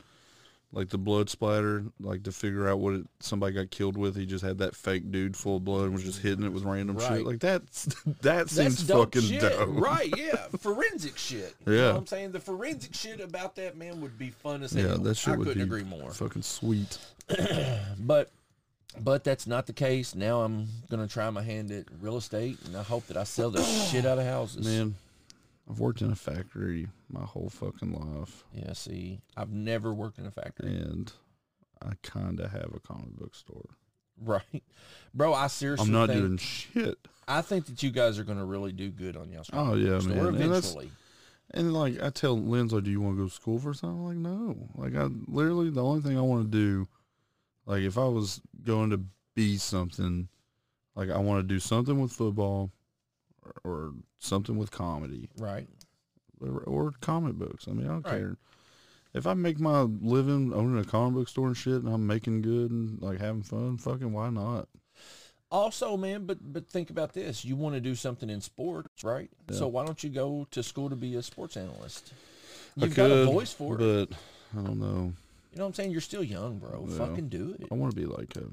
C: like the blood splatter like to figure out what it, somebody got killed with. He just had that fake dude full of blood and was just hitting it with random
B: Right.
C: shit. Like that's that seems
B: That's dope
C: fucking
B: shit.
C: dope.
B: Right, yeah. Forensic shit. You know
C: Yeah.
B: what I'm saying? The forensic shit about that man would be fun as hell.
C: Yeah, that shit
B: I
C: would
B: couldn't
C: be
B: agree more.
C: fucking sweet.
B: But but that's not the case. Now I'm gonna try my hand at real estate and I hope that I sell the shit out of houses.
C: Man, I've worked in a factory my whole fucking life
B: Yeah, see, I've never worked in a factory.
C: and I kind of have a comic book store.
B: Right. Bro, I seriously
C: I'm not
B: think,
C: doing shit.
B: I think that you guys are gonna really do good on y'all's
C: Oh yeah,
B: store
C: man. And that's-
B: eventually.
C: And like I tell Lindsay, do you want to go to school for something? I'm like, no. Like I literally the only thing I want to do, like if I was going to be something, like I want to do something with football, or, or something with comedy,
B: Right.
C: or, or comic books. I mean, I don't
B: Right.
C: care. If I make my living owning a comic book store and shit, and I'm making good and like having fun, fucking why not?
B: Also, man, but but think about this. You want to do something in sports, right? So why don't you go to school to be a sports analyst?
C: I
B: You've got a
C: could,
B: voice for it.
C: but I don't know.
B: You know what I'm saying? You're still young, bro.
C: Yeah.
B: Fucking do it.
C: I want to be like a.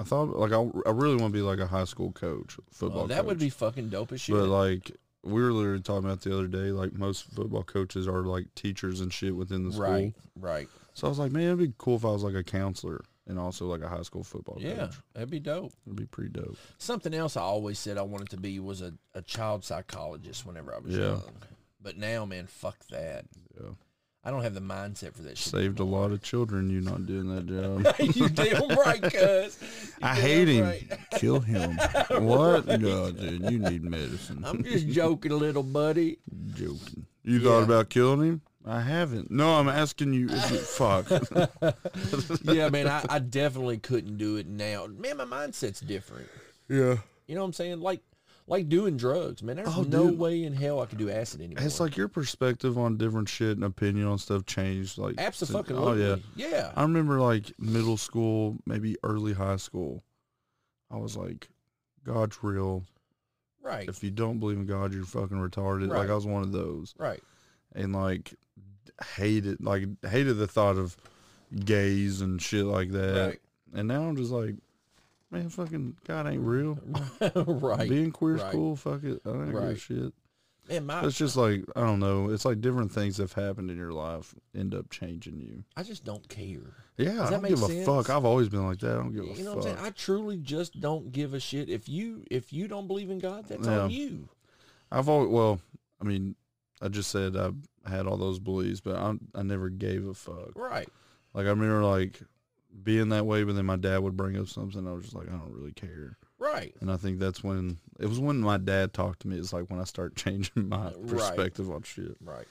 C: I thought like I, I really want to be like a high school coach, football.
B: Oh, that would
C: coach.
B: be fucking dope as shit.
C: But like we were literally talking about the other day, like most football coaches are like teachers and shit within the school.
B: right, right.
C: So I was like, man, it'd be cool if I was like a counselor and also like a high school football
B: Yeah,
C: coach.
B: that'd be dope.
C: It'd be pretty dope.
B: Something else I always said I wanted to be was a, a child psychologist whenever I was
C: Yeah.
B: young. But now, man, fuck that.
C: Yeah.
B: I don't have the mindset for that shit.
C: Saved a lot of children you not doing that job.
B: you damn right, cuz.
C: I
B: You
C: hate
B: damn
C: him.
B: right.
C: Kill him. what? No, dude, you need medicine.
B: I'm just joking, little buddy.
C: joking. You thought
B: Yeah.
C: about killing him? I haven't. No, I'm asking you. If you fuck.
B: Yeah, man, I, I definitely couldn't do it now. Man, my mindset's different.
C: yeah.
B: You know what I'm saying? Like like doing drugs, man. There's
C: Oh,
B: no
C: dude.
B: way in hell I could do acid anymore.
C: It's like your perspective on different shit and opinion on stuff changed. Like since-
B: Absolutely.
C: Oh yeah.
B: Yeah.
C: I remember like middle school, maybe early high school. I was like, God's real.
B: right.
C: If you don't believe in God, you're fucking retarded. Like
B: Right.
C: I was one of those,
B: Right.
C: and like hated, like hated the thought of gays and shit like that.
B: Right.
C: And now I'm just like, man, fucking God ain't real.
B: right.
C: Being queer's
B: Right.
C: cool. Fuck it. I don't give a
B: Right.
C: shit.
B: Man, my,
C: It's just like I don't know. It's like different things that've happened in your life end up changing you.
B: I just don't care.
C: Yeah, I
B: that
C: don't
B: make
C: give a
B: sense?
C: fuck. I've always been like that. I don't give a
B: You know
C: fuck.
B: what I'm saying? I truly just don't give a shit. If you if you don't believe in God, that's on
C: Yeah.
B: you.
C: I've always well, I mean, I just said I had all those beliefs, but I I never gave a fuck.
B: Right.
C: Like I remember like being that way, but then my dad would bring up something. I was just like, I don't really care.
B: Right.
C: And I think that's when it was when my dad talked to me. It's like when I start changing my
B: Right.
C: perspective on shit.
B: Right.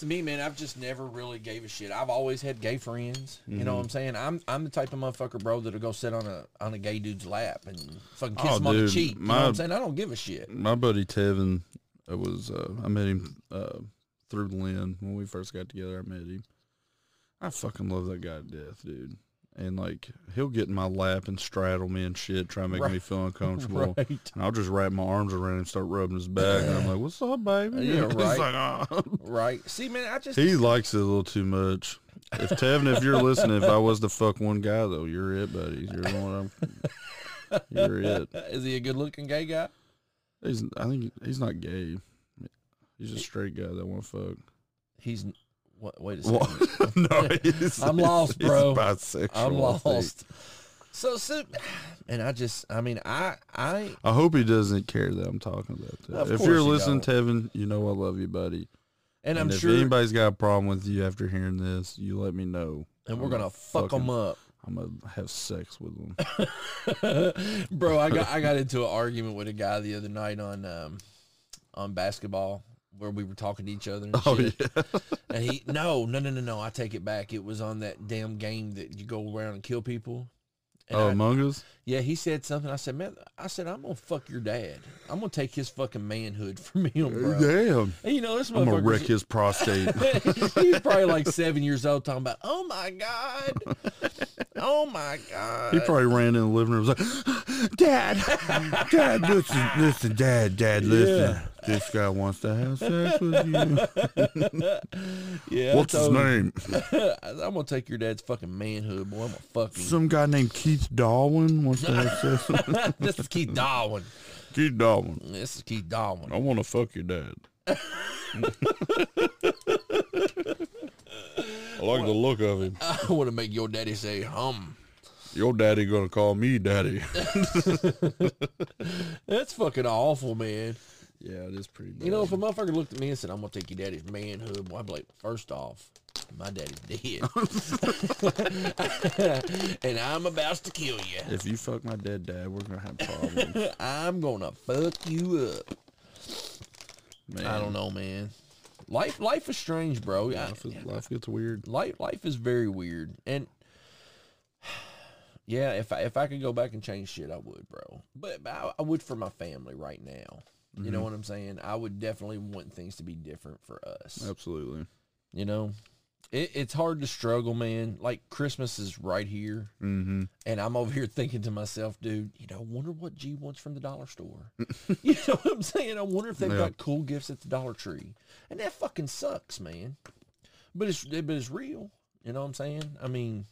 B: To me, man, I've just never really gave a shit. I've always had gay friends. You know what I'm
C: Mm-hmm.
B: saying? I'm I'm the type of motherfucker, bro, that'll go sit on a on a gay dude's lap and fucking kiss
C: Oh,
B: him on the
C: dude,
B: cheek. you know
C: my-
B: what I'm saying? I don't give a shit.
C: My buddy Tevin uh, was uh, I met him uh, through Lynn when we first got together. I met him. I fucking love that guy to death, dude. And like he'll get in my lap and straddle me and shit, try to make me
B: Right.
C: feel uncomfortable.
B: Right.
C: And I'll just wrap my arms around him, and start rubbing his back, and I'm like, "What's up, baby?"
B: Yeah,
C: He's
B: right.
C: like, "Ah."
B: Right. See, man, I just
C: He likes it a little too much. If Tevin, if you're listening, if I was to fuck one guy though, you're it, buddy. You're the one. I'm, you're it.
B: Uh, is he a good looking gay guy?
C: He's. I think he's not gay. He's a straight guy that want to fuck.
B: He's what, wait a second.
C: Well, no, he's,
B: I'm lost, bro.
C: He's bisexual.
B: I'm
C: I think.
B: lost. So, so, and I just, I mean, I, I,
C: I hope he doesn't care that I'm talking about that.
B: Of
C: if
B: course
C: you're
B: he
C: listening, Tevin, you know I love you, buddy.
B: and I'm
C: and if
B: sure,
C: anybody's got a problem with you after hearing this, you let me know.
B: and we're gonna fuck
C: fucking-
B: them up.
C: I'm gonna have sex with them.
B: Bro, I got I got into an argument with a guy the other night on um on basketball where we were talking to each other and shit.
C: Oh, yeah,
B: And he no, no, no, no, no. I take it back. It was on that damn game that you go around and kill people. And
C: oh,
B: I-
C: Among Us.
B: yeah, he said something. I said, man, I said I'm gonna fuck your dad. I'm gonna take his fucking manhood from him, bro.
C: Damn,
B: And you know this
C: I'm gonna
B: motherfucker.
C: wreck his prostate.
B: He's probably like seven years old, talking about, oh my god, oh my god.
C: he probably ran in the living room. and Was like,
A: Dad, Dad, listen, listen, Dad, Dad, listen. This guy wants to have sex with you.
B: yeah, I
A: What's his
B: told him,
A: name?
B: I'm gonna take your dad's fucking manhood, boy. I'm gonna fuck him.
A: Some guy named Keith Darwin wants to have sex with
B: this is Keith Darwin.
A: Keith Darwin.
B: This is Keith Darwin.
C: I want to fuck your dad. I like the look of him.
B: I want to make your daddy say hum.
C: Your daddy gonna call me daddy.
B: That's fucking awful, man.
C: Yeah, it is pretty. Bad.
B: You know, if a motherfucker looked at me and said, "I'm gonna take your daddy's manhood," boy, I'd be like, first off, my daddy's dead, and I'm about to kill you.
C: if you fuck my dead dad, we're gonna have problems.
B: I'm gonna fuck you up."
C: Man,
B: I don't know, man. Life, life is strange, bro. I-
C: Life, is, life gets weird.
B: life life is very weird and yeah if i if i could go back and change shit i would bro but, but I, I would for my family right now you know what i'm saying i would definitely want things to be different for us
C: Absolutely.
B: you know it, it's hard to struggle man like christmas is right here
C: Mm-hmm.
B: and i'm over here thinking to myself dude you know I wonder what g wants from the dollar store you know what i'm saying i wonder if they've
C: Yeah.
B: got cool gifts at the dollar tree and that fucking sucks man but it's but it's real. You know what I'm saying? I mean,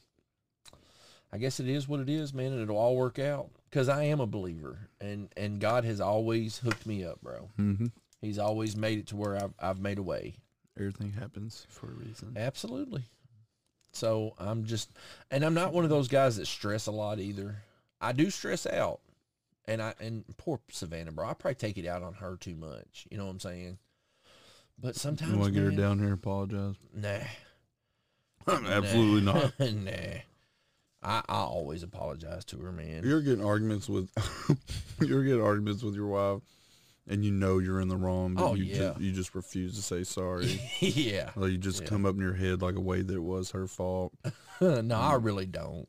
B: I guess it is what it is, man, and it'll all work out. Cause I am a believer, and and God has always hooked me up, bro.
C: Mm-hmm.
B: He's always made it to where I've I've made a way.
C: Everything happens for a reason.
B: Absolutely. So I'm just, and I'm not one of those guys that stress a lot either. I do stress out, and I and poor Savannah, bro. I probably take it out on her too much. You know what I'm saying? But sometimes
C: You want to get her
B: man,
C: down here and apologize?
B: Nah.
C: Absolutely
B: Nah.
C: not.
B: nah. I, I always apologize to her, man.
C: You're getting arguments with you're getting arguments with your wife, and you know you're in the wrong, but
B: Oh,
C: you
B: yeah.
C: just, you just refuse to say sorry.
B: yeah.
C: like you just
B: Yeah.
C: come up in your head like a way that it was her fault.
B: no, I really don't.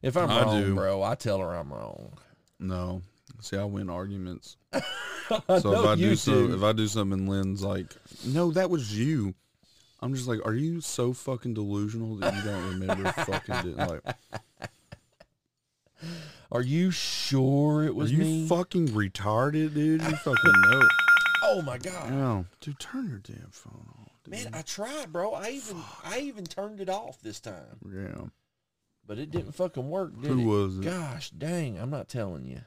B: If I'm
C: I
B: wrong,
C: do.
B: bro, I tell her I'm wrong.
C: No, see, I win arguments.
B: I
C: So if
B: know
C: I do
B: you
C: some,
B: do.
C: if I do something, and Lynn's like, "No, that was you," I'm just like, "Are you so fucking delusional that you don't remember fucking doing like?"
B: Are you sure it
C: Are
B: was
C: you
B: me?
C: fucking retarded, dude? You fucking know. it.
B: oh my god,
C: Ow. Dude, turn your damn phone off. Dude.
B: man! I tried, bro. I even I even turned it off this time,
C: Yeah.
B: but it didn't fucking work, did
C: Who
B: it?
C: was it?
B: Gosh, dang! I'm not telling you.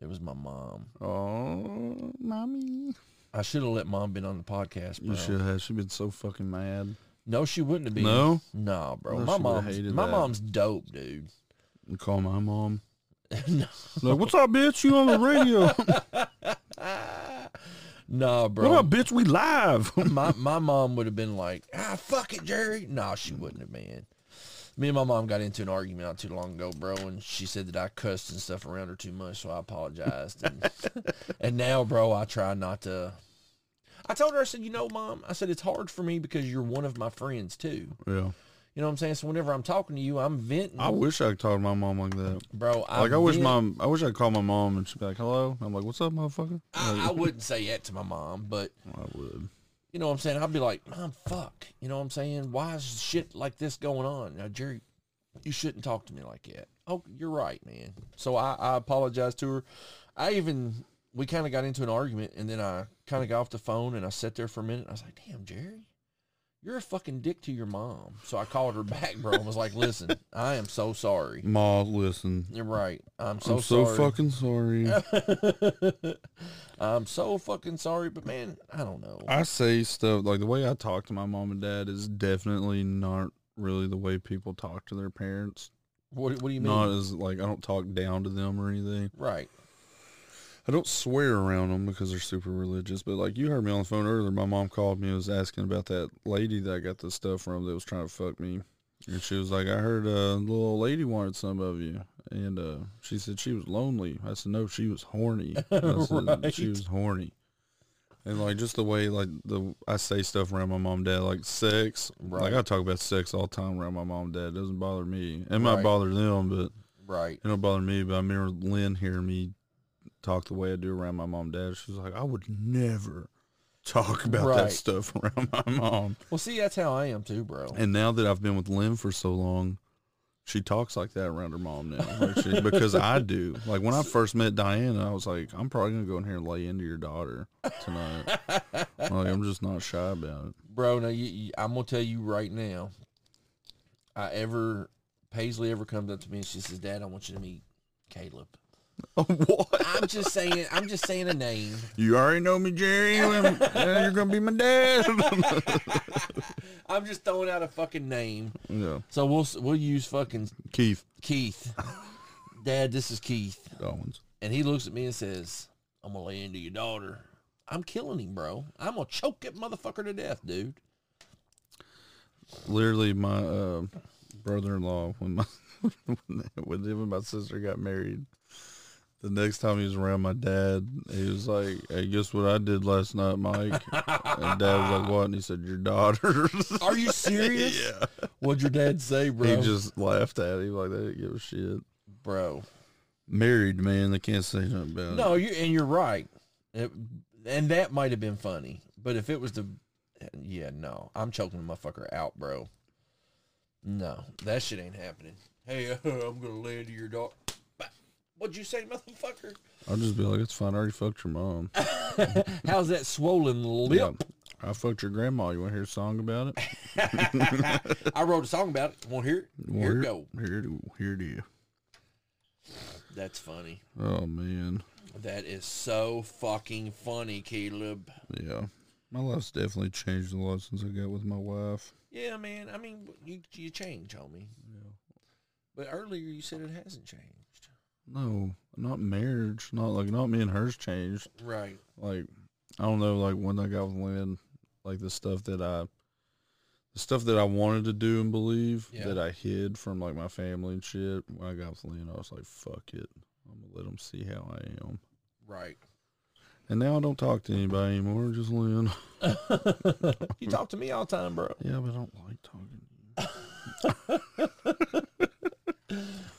B: It was my mom.
C: Oh, mommy.
B: I should have let mom been on the podcast, bro.
C: You should have. She been so fucking mad.
B: No, she wouldn't have been.
C: No.
B: No, bro.
C: No,
B: my
C: she would've
B: mom's
C: hated
B: my
C: that.
B: mom's dope, dude.
C: And call my mom.
B: no,
C: Like, what's up, bitch? You on the radio?
B: Ah. nah,
C: what up,
B: bro.
C: bitch? We live.
B: my my mom would have been like, ah, fuck it, Jerry. No, she wouldn't have, man. Me and my mom got into an argument not too long ago, bro, and she said that I cussed and stuff around her too much, so I apologized. And, and now, bro, I try not to. I told her, I said, you know, mom, I said it's hard for me because you're one of my friends too.
C: yeah.
B: You know what I'm saying? So whenever I'm talking to you, I'm venting,
C: I wish I could talk to my mom like that.
B: bro. I
C: Like, I, wish
B: vent.
C: mom, I wish I'd call my mom and she'd be like, hello. I'm like, what's up, motherfucker?
B: I, I wouldn't say that to my mom, but
C: I would.
B: you know what I'm saying? I'd be like, Mom, fuck. You know what I'm saying? Why is shit like this going on? Now, Jerry, you shouldn't talk to me like that. Oh, you're right, man. So I, I apologized to her. I even, we kind of got into an argument and then I kind of got off the phone and I sat there for a minute. I was like, damn, Jerry, you're a fucking dick to your mom. So I called her back, bro, and was like, listen, I am so sorry.
C: Ma, listen.
B: You're right. I'm so
C: I'm so
B: sorry.
C: fucking sorry.
B: I'm so fucking sorry, but man, I don't know.
C: I say stuff like the way I talk to my mom and dad is definitely not really the way people talk to their parents.
B: What, what do you mean?
C: Not as like I don't talk down to them or anything.
B: right.
C: I don't swear around them because they're super religious. But like you heard me on the phone earlier, my mom called me and was asking about that lady that I got this stuff from that was trying to fuck me. And she was like, I heard a little old lady wanted some of you. And uh, she said she was lonely. I said, no, she was horny. I said,
B: Right.
C: She was horny. And like just the way like the I say stuff around my mom and dad like sex
B: Right.
C: like I talk about sex all the time around my mom and dad it doesn't bother me it might
B: Right.
C: bother them but
B: Right.
C: it don't bother me but I remember Lynn hearing me talk the way I do around my mom and dad she was like I would never talk about
B: Right.
C: that stuff around my mom
B: Well, see, that's how I am too, bro.
C: and now that I've been with Lynn for so long, she talks like that around her mom now. Like she- because I do. Like when I first met Diana, I was like, I'm probably gonna go in here and lay into your daughter tonight. like I'm just not shy about it.
B: Bro, now you, you, I'm gonna tell you right now. I ever Paisley ever comes up to me and she says, "Dad, I want you to meet Caleb."
C: what?
B: I'm just saying. I'm just saying a name.
C: You already know me, Jerry. and You're gonna be my dad.
B: I'm just throwing out a fucking name.
C: yeah,
B: So we'll s- we'll use fucking
C: Keith.
B: Keith. Dad, this is Keith,
C: Owens.
B: and he looks at me and says, "I'm gonna lay into your daughter." I'm killing him, bro. I'm gonna choke that motherfucker to death, dude.
C: Literally, my uh, brother-in-law when my when him and my sister got married. The next time he was around my dad, he was like, "Hey, guess what I did last night, Mike?" and dad was like, "What?" And he said, "Your daughter."
B: Are you serious?
C: yeah.
B: What'd your dad say, bro?
C: He just laughed at him like they didn't give a shit.
B: bro.
C: Married man, they can't say nothing about
B: No, you and you're right, It- and that might have been funny, but if it was the, yeah, no, I'm choking the motherfucker out, bro. No, that shit ain't happening. Hey, I'm gonna lay into your dog. What'd you say, motherfucker?
C: it. I'll just be like, "It's fine. I already fucked your mom.
B: How's that swollen
C: yeah,
B: lip?
C: I fucked your grandma. You want to hear a song about it?
B: I wrote a song about it. Want to hear it?
C: Well,
B: Here it go.
C: Here, it- here it is.
B: That's funny.
C: Oh man,
B: That is so fucking funny, Caleb.
C: yeah. My life's definitely changed a lot since I got with my wife.
B: Yeah, man. I mean, you you change, homie. But earlier you said it hasn't changed.
C: No, not marriage. Not like not me and hers changed.
B: Right.
C: Like I don't know. Like when I got with Lynn, like the stuff that I, the stuff that I wanted to do and believe
B: Yeah.
C: that I hid from like my family and shit. When I got with Lynn, I was like, fuck it. I'm gonna let them see how I am.
B: Right.
C: And now I don't talk to anybody anymore. Just Lynn.
B: You talk to me all the time, bro.
C: Yeah, but I don't like talking. to you.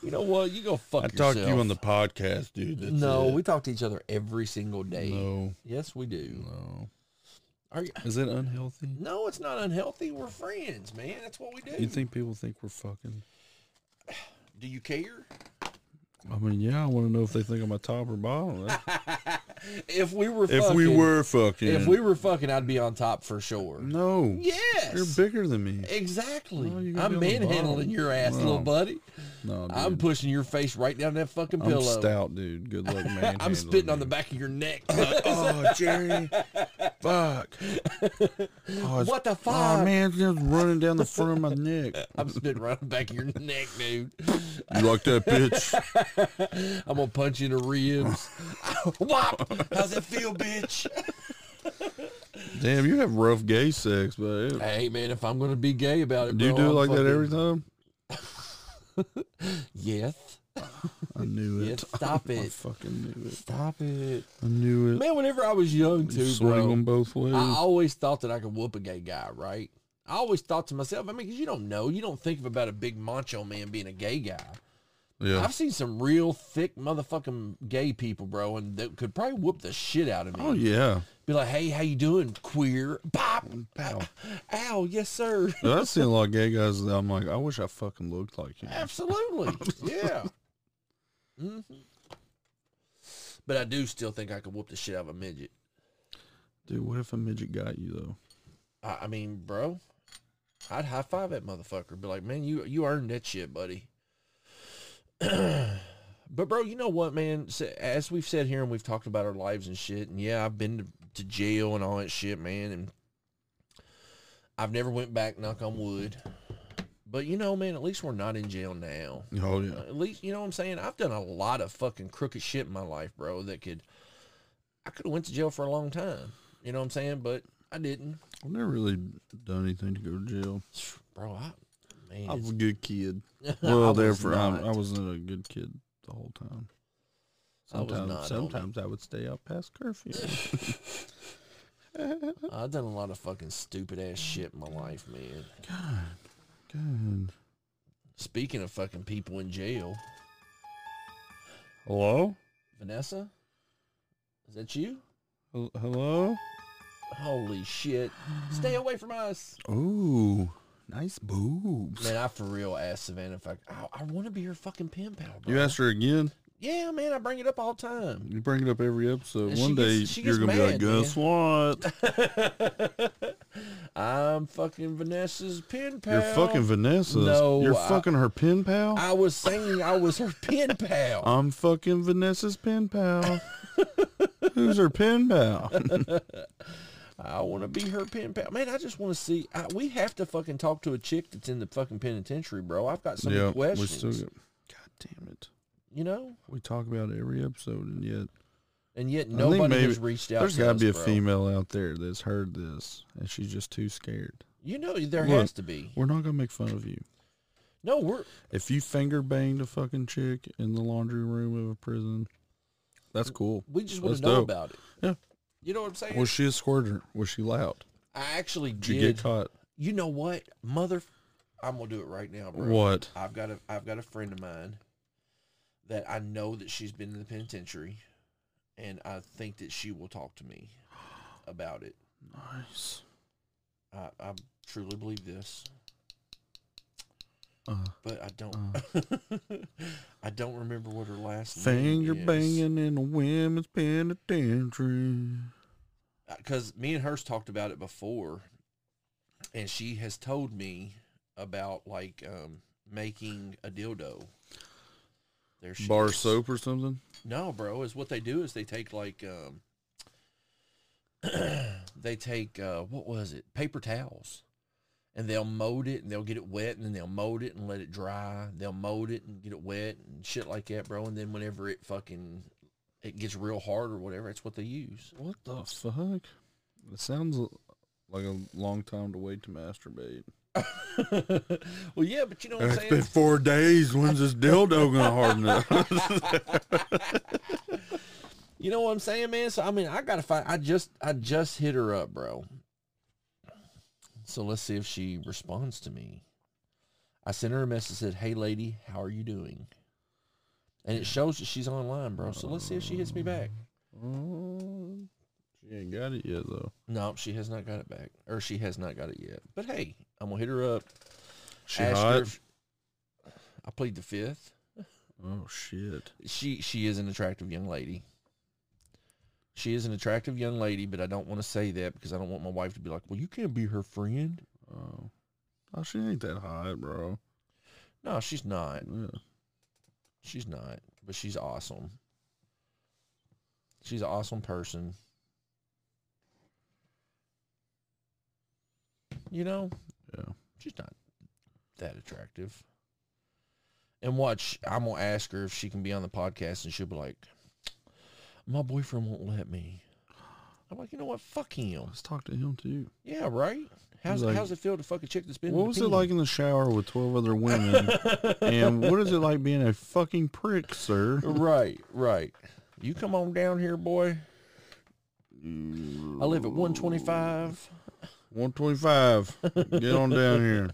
B: You know what? You go fuck
C: I
B: yourself.
C: talked to you on the podcast, dude. That's
B: No,
C: it.
B: we talk to each other every single day.
C: No,
B: Yes, we do.
C: no.
B: Are you?
C: Is it unhealthy?
B: No, it's not unhealthy. We're friends, man. That's what we do.
C: You think people think we're fucking?
B: do you care?
C: I mean, yeah, I want to know if they think I'm a top or bottom. That's-
B: If we were,
C: if
B: fucking,
C: we were fucking,
B: if we were fucking, I'd be on top for sure.
C: no,
B: Yes. Eh,
C: you're bigger than me.
B: Exactly.
C: No, you're gonna
B: I'm
C: be on the
B: manhandling
C: bottom.
B: your ass, little
C: No.
B: buddy.
C: No, dude,
B: I'm
C: I'm,
B: pushing your face right down that fucking pillow.
C: stout, dude. Good luck, man.
B: I'm spitting on the back of your neck.
C: Oh, Jerry, fuck! Oh, it's-
B: What the
C: Oh
B: fuck?
C: man, it's just running down the front of my neck.
B: I'm spitting right on the back of your neck, dude.
C: You like that, bitch?
B: I'm gonna punch you in the ribs. Wop! How's that feel, bitch?
C: Damn, you have rough gay sex, but it-
B: hey, man, if I'm gonna be gay about it,
C: do you
B: bro,
C: do it
B: I'm
C: like
B: fucking-
C: that every time?
B: Yes.
C: I knew it.
B: Yes, stop
C: I
B: it.
C: fucking knew it.
B: Stop it,
C: I knew it.
B: man. Whenever I was young,
C: You
B: too,
C: swing
B: bro,
C: them both ways.
B: I always thought that I could whoop a gay guy, right? I always thought to myself, I mean, because you don't know, you don't think about a big macho man being a gay guy.
C: yeah.
B: I've seen some real thick motherfucking gay people, bro, and that could probably whoop the shit out of me.
C: oh yeah.
B: Be like, hey, how you doing, queer? Pop,
C: Pow.
B: ow, yes, sir.
C: Dude, I've seen a lot of gay guys that I'm like, I wish I fucking looked like you.
B: Absolutely. yeah. hmm But I do still think I could whoop the shit out of a midget.
C: Dude, what if a midget got you though?
B: I, I mean, bro, I'd high five that motherfucker. Be like, man, you you earned that shit, buddy. but bro, you know what, man? S- As we've said here and we've talked about our lives and shit, and yeah, I've been to, to jail and all that shit, man, and I've never went back. Knock on wood. But you know, man, at least we're not in jail now.
C: Oh yeah.
B: At least you know what I'm saying. I've done a lot of fucking crooked shit in my life, bro. That could, I could have went to jail for a long time. You know what I'm saying? But I didn't,
C: I've never really done anything to go to jail.
B: bro. I, Man,
C: I was
B: it's-
C: a good kid.
B: I
C: Well,
B: was
C: therefore, I, I
B: not.
C: wasn't a good kid the whole time.
B: I was
C: Sometimes,
B: not, homie.
C: sometimes I would stay out past curfew.
B: I've done a lot of fucking stupid ass shit in my life, man.
C: God, God.
B: Speaking of fucking people in jail,
C: Hello,
B: Vanessa, is that you?
C: Hel- hello.
B: Holy shit! Stay away from us,
C: Ooh, nice boobs.
B: man. I for real asked Savannah if I I, I want to be her fucking pen pal. Bro.
C: You asked her again.
B: Yeah, man. I bring it up all the time.
C: You bring it up every episode.
B: And
C: One
B: she
C: day
B: gets- she
C: you're
B: gets
C: gonna be like,
B: mad, man.
C: guess what?
B: I'm fucking Vanessa's pen pal.
C: You're fucking Vanessa's.
B: No,
C: you're
B: I-
C: fucking her pen pal.
B: I was saying I was her pen pal.
C: I'm fucking Vanessa's pen pal. Who's her pen pal?
B: I want to be her pen pal. Man, I just want to see. I, we have to fucking talk to a chick that's in the fucking penitentiary, bro. I've got so many
C: we
B: questions.
C: still got. God damn it.
B: you know,
C: We talk about it every episode, and yet
B: and yet
C: think
B: nobody
C: maybe-
B: has reached out.
C: there's
B: got to
C: got to be a
B: bro.
C: female out there that's heard this, and she's just too scared.
B: You know, there
C: Look.
B: has to be.
C: We're not gonna make fun of you
B: No, we're
C: if you finger banged a fucking chick in the laundry room of a prison. That's cool.
B: we just want
C: That's
B: to know
C: dope.
B: about it.
C: Yeah.
B: You know what I'm saying?
C: Was she a squirter? Was she loud?
B: I actually
C: Did you
B: did.
C: get caught?
B: You know what, mother? I'm gonna do it right now, bro.
C: What?
B: I've got a I've got a friend of mine that I know that she's been in the penitentiary, and I think that she will talk to me about it.
C: Nice.
B: I, I truly believe this,
C: Uh,
B: but I don't. I don't remember what her last
C: finger
B: name
C: banging in a women's penitentiary.
B: Because Uh, me and hers talked about it before, and she has told me about like um, making a dildo. There she
C: Bar
B: is.
C: soap or something?
B: No, bro. Is what they do is they take like um, they take uh, what was it? Paper towels, and they'll mold it and they'll get it wet and then they'll mold it and let it dry. They'll mold it and get it wet and shit like that, bro. And then whenever it fucking it gets real hard or whatever, that's what they use.
C: What the fuck? It sounds l- like a long time to wait to masturbate.
B: well, yeah, but you know what I'm saying.
C: four days. When's this dildo gonna harden up? Uh,
B: You know what I'm saying, man? So I mean, I gotta find. I just, I just hit her up, bro. So let's see if she responds to me. I sent her a message that said, "Hey, lady, how are you doing?" And it shows that she's online, bro. So let's see if she hits me back.
C: she ain't got it yet though.
B: No, she has not got it back, or she has not got it yet. But hey, I'm gonna hit her up.
C: She
B: ask
C: hot?
B: her if- I plead the fifth.
C: Oh shit.
B: She she is an attractive young lady. She is an attractive young lady, but I don't want to say that because I don't want my wife to be like, "Well, you can't be her friend."
C: Oh. Oh, she ain't that hot, bro.
B: No, she's not.
C: Yeah.
B: She's not. But she's awesome. She's an awesome person. You know,
C: Yeah.
B: she's not that attractive. And watch, I'm gonna ask her if she can be on the podcast, and she'll be like, "My boyfriend won't let me." I'm like, you know what? Fuck him.
C: Let's talk to him too.
B: Yeah, right. How's
C: Like-
B: how's it feel to fuck a chick that's been?
C: What was it like in the shower with twelve other women? and what is it like being a fucking prick, sir?
B: right, right. You come on down here, boy. I live at 125.
C: Mm. One twenty five. Get on down here.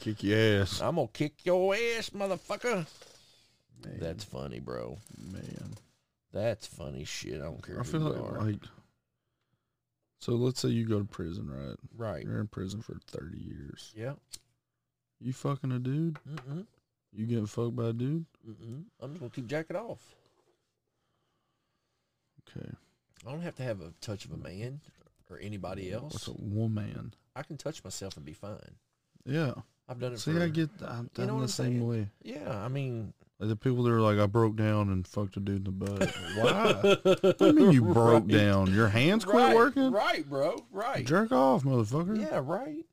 C: Kick your ass.
B: I'm gonna kick your ass, motherfucker. That's funny, bro.
C: man.
B: That's funny shit. I don't care.
C: I
B: who
C: feel
B: you
C: like,
B: are.
C: like so let's say you go to prison, right?
B: right.
C: You're in prison for thirty years.
B: Yeah.
C: You fucking a dude?
B: Mm-mm.
C: You getting fucked by a dude?
B: Mm-mm. I'm just gonna keep jacking off.
C: Okay.
B: I don't have to have a touch of a man or anybody
C: What's
B: else.
C: a woman?
B: I can touch myself and be fine.
C: Yeah.
B: I've done it.
C: See
B: for,
C: I get I'm,
B: know
C: I'm
B: what
C: the
B: I'm
C: same
B: saying?
C: way.
B: Yeah, I mean,
C: Like the people that are like, I broke down and fucked a dude in the butt. Why? what do you mean you broke
B: Right.
C: down? Your hands quit
B: right,
C: working?
B: Right, bro. Right.
C: Jerk off, motherfucker.
B: Yeah, right.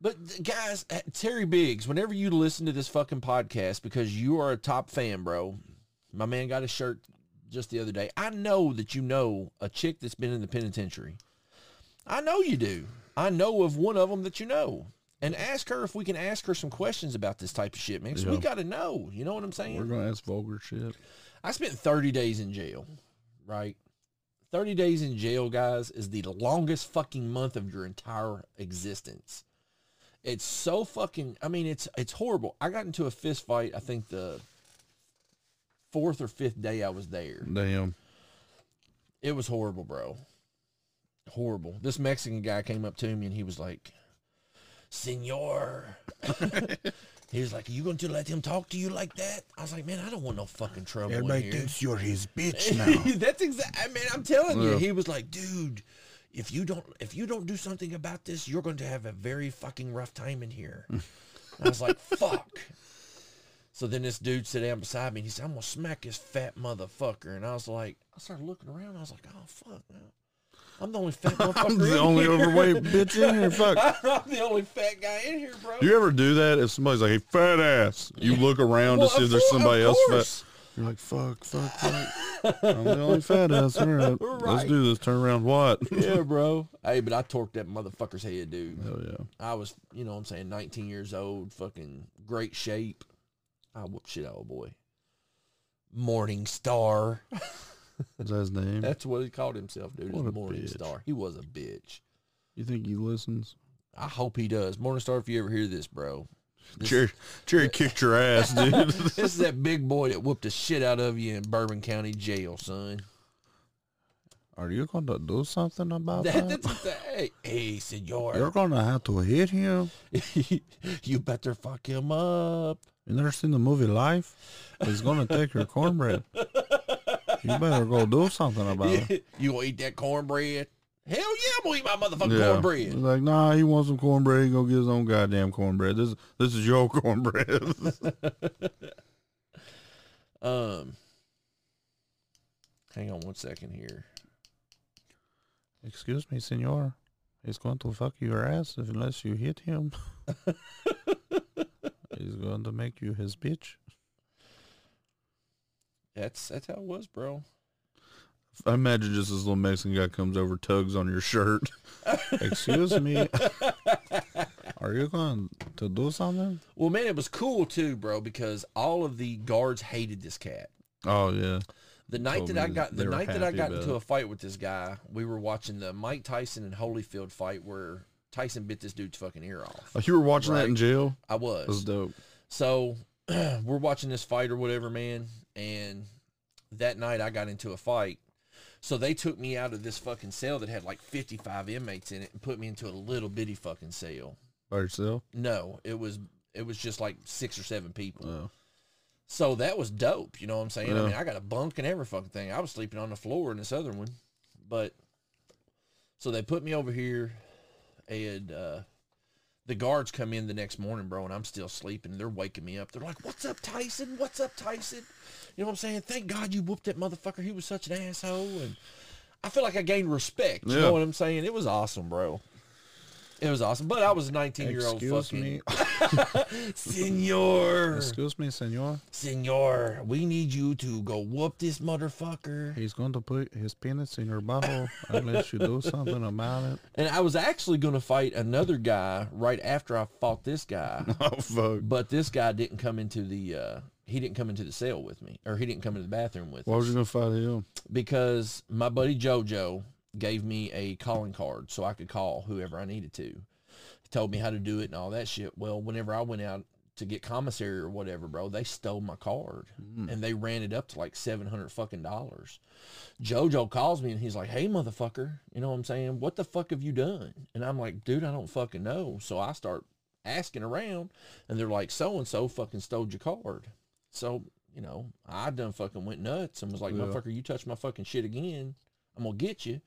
B: But th- guys, uh, Terry Biggs, whenever you listen to this fucking podcast, because you are a top fan, bro, my man got a shirt just the other day. I know that you know a chick that's been in the penitentiary. I know you do. I know of one of them that you know. and ask her if we can ask her some questions about this type of shit, man. 'cause we
C: Yeah.
B: got to know. You know what I'm
C: We're
B: saying?
C: gonna ask vulgar shit.
B: I spent 30 days in jail, right? 30 days in jail, guys, is the longest fucking month of your entire existence. It's so fucking. I mean, it's it's horrible. I got into a fist fight. I think the fourth or fifth day I was there.
C: Damn.
B: It was horrible, bro. Horrible. This Mexican guy came up to me and he was like, Senor. he was like, Are you going to let him talk to you like that? I was like, Man, I don't want no fucking trouble. in
A: Everybody
B: here."
A: thinks you're his bitch now.
B: That's exact. I mean, I'm telling you,
C: Yeah.
B: he was like, dude, if you don't, if you don't do something about this, you're going to have a very fucking rough time in here. And I was like, fuck. So then this dude sat down beside me and he said, I'm gonna smack this fat motherfucker. And I was like, I started looking around. I was like, oh fuck, man. I'm the only fat motherfucker.
C: I'm the
B: in
C: only
B: here.
C: overweight bitch in here. Fuck.
B: I'm the only fat guy in here, bro.
C: You ever do that if somebody's like, "Hey, fat ass"? You look around
B: Well,
C: to see
B: of
C: if there's
B: cour-
C: somebody
B: of
C: else
B: course.
C: fat. You're like, "Fuck, fuck, fuck." I'm the only fat ass. All right, let's
B: Right.
C: do this. Turn around. What?
B: yeah, bro. Hey, but I torqued that motherfucker's head, dude.
C: Hell yeah.
B: I was, you know what I'm saying, 19 years old, fucking great shape. I whooped shit out of a boy. Morning Star.
C: Is that his name?
B: That's what he called himself, dude.
C: What a
B: Morning
C: bitch.
B: Star. He was a bitch.
C: You think he listens?
B: I hope he does. Morning Star, if you ever hear this, bro. This,
C: Jerry, Jerry kicked your ass, dude.
B: this is that big boy that whooped the shit out of you in Bourbon County jail, son.
C: Are you gonna do something about
B: That, that's the, hey, hey, senor.
C: gonna have to hit him.
B: you better fuck him up.
C: You never seen the movie Life? He's gonna take your cornbread. You better go do something about
B: you gonna eat that cornbread? Hell yeah, I'm gonna eat my motherfucking
C: Yeah.
B: cornbread.
C: He's like, nah, he wants some cornbread. He go get his own goddamn cornbread. This this is your cornbread.
B: Um, hang on one second here.
C: Excuse me, senor. He's going to fuck your ass if- unless you hit him. He's going to make you his bitch.
B: That's that's how it was, bro.
C: I imagine just this little Mexican guy comes over, tugs on your shirt. Excuse me. Are you going to do something?
B: Well, man, it was cool too, bro, because all of the guards hated this cat.
C: Oh yeah.
B: The night
C: Told
B: that
C: me
B: I
C: that
B: got
C: they
B: the
C: were
B: night that I
C: happy
B: got
C: about
B: into
C: it.
B: a fight with this guy, we were watching the Mike Tyson and Holyfield fight where Tyson bit this dude's fucking ear off.
C: Oh, you were watching that in
B: Right.
C: jail?
B: I
C: That's
B: was.
C: dope.
B: So we're watching this fight or whatever, man. And that night I got into a fight. So they took me out of this fucking cell that had like 55 inmates in it and put me into a little bitty fucking cell.
C: By yourself?
B: No, it was it was just like six or seven people.
C: Oh.
B: So that was dope. You know what I'm saying? I
C: Yeah.
B: mean, I got a bunk and every fucking thing. I was sleeping on the floor in this other one, but so they put me over here, and uh, the guards come in the next morning, bro, and I'm still sleeping. They're waking me up. They're like, "What's up, Tyson? What's up, Tyson?" You know what I'm saying? Thank God you whooped that motherfucker. He was such an asshole, and I feel like I gained respect. You
C: Yeah.
B: know what I'm saying? It was awesome, bro. It was awesome, but I was a 19 year old
C: Excuse
B: fucking
C: me.
B: senor.
C: Excuse me, senor.
B: Senor, we need you to go whoop this motherfucker.
C: He's going to put his penis in your butthole unless you do something about it.
B: And I was actually going to fight another guy right after I fought this guy,
C: Oh fuck.
B: but this guy didn't come into the uh, he didn't come into the cell with me, or he didn't come into the bathroom with
C: Why
B: me
C: was you gonna fight him?
B: because my buddy JoJo gave me a calling card so I could call whoever I needed to. He told me how to do it and all that shit. Well, whenever I went out to get commissary or whatever, bro, they stole my card and they ran it up to like seven hundred fucking dollars. JoJo calls me and he's like, "Hey, motherfucker, you know what I'm saying? What the fuck have you done?" And I'm like, "Dude, I don't fucking know." So I start asking around, and they're like, "So and so fucking stole your card." So you know, I done fucking went nuts and was like,
C: Yeah.
B: "Motherfucker, you touch my fucking shit again, I'm gonna get you."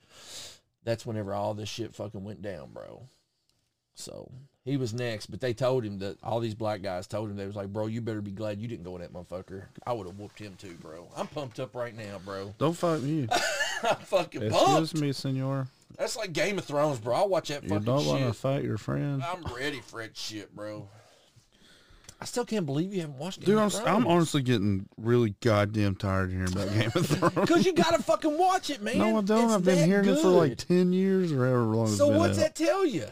B: That's whenever all this shit fucking went down, bro. So he was next, but they told him that all these black guys told him they was like, "Bro, you better be glad you didn't go with that motherfucker. I would have whooped him too, bro. I'm pumped up right now, bro.
C: Don't fight me.
B: I'm fucking
C: Excuse
B: pumped.
C: me, senor.
B: That's like Game of Thrones, bro. I watch that
C: You
B: fucking
C: don't want to
B: shit.
C: fight your friend.
B: I'm ready for that shit, bro. I still can't believe you haven't watched Game
C: Dude, I'm,
B: of
C: I'm
B: Thrones.
C: honestly getting really goddamn tired hearing about Game of Thrones.
B: Because you gotta fucking watch it, man.
C: No, I don't.
B: It's
C: I've been
B: that
C: hearing it for like
B: good.
C: ten years or however long. it's
B: So
C: been
B: what's that
C: out.
B: tell you?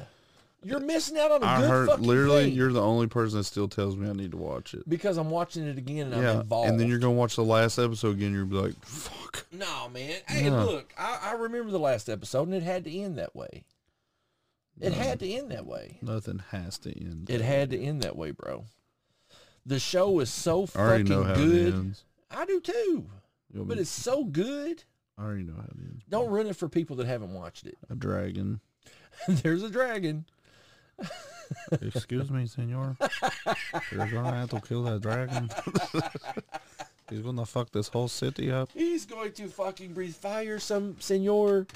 B: You're missing out on a
C: I
B: good
C: heard
B: fucking
C: literally
B: thing.
C: you're the only person that still tells me I need to watch it.
B: because I'm watching it again and I'm
C: Yeah,
B: involved.
C: and then you're gonna watch the last episode again. You're gonna be like, fuck.
B: No, man. Hey,
C: No.
B: look, I, I remember the last episode, and it had to end that way. It had to end that way.
C: Nothing has to end.
B: It had to end that way, bro. The show is so
C: I already
B: fucking
C: know how it
B: good.
C: ends.
B: I do too,
C: You want me
B: but
C: to-
B: it's so good.
C: I already know how it ends.
B: Don't ruin it for people that haven't watched it.
C: A dragon.
B: There's a dragon.
C: Excuse me, senor. You're gonna have to kill that dragon. He's gonna fuck this whole city up.
B: He's going to fucking breathe fire, some senor.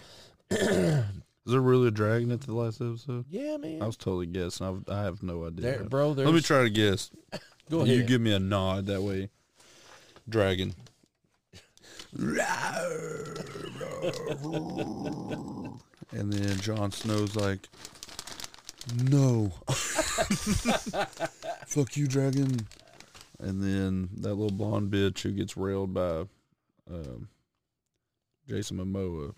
C: Is there really a dragon at the last episode?
B: Yeah, man.
C: I was totally guessing. I've, I have no idea.
B: There- bro,
C: Let me
B: there's-
C: try to guess.
B: Go ahead.
C: You give me a nod that way. Dragon. and then Jon Snow's like, no. Fuck you, dragon. And then that little blonde bitch who gets railed by um, Jason Momoa,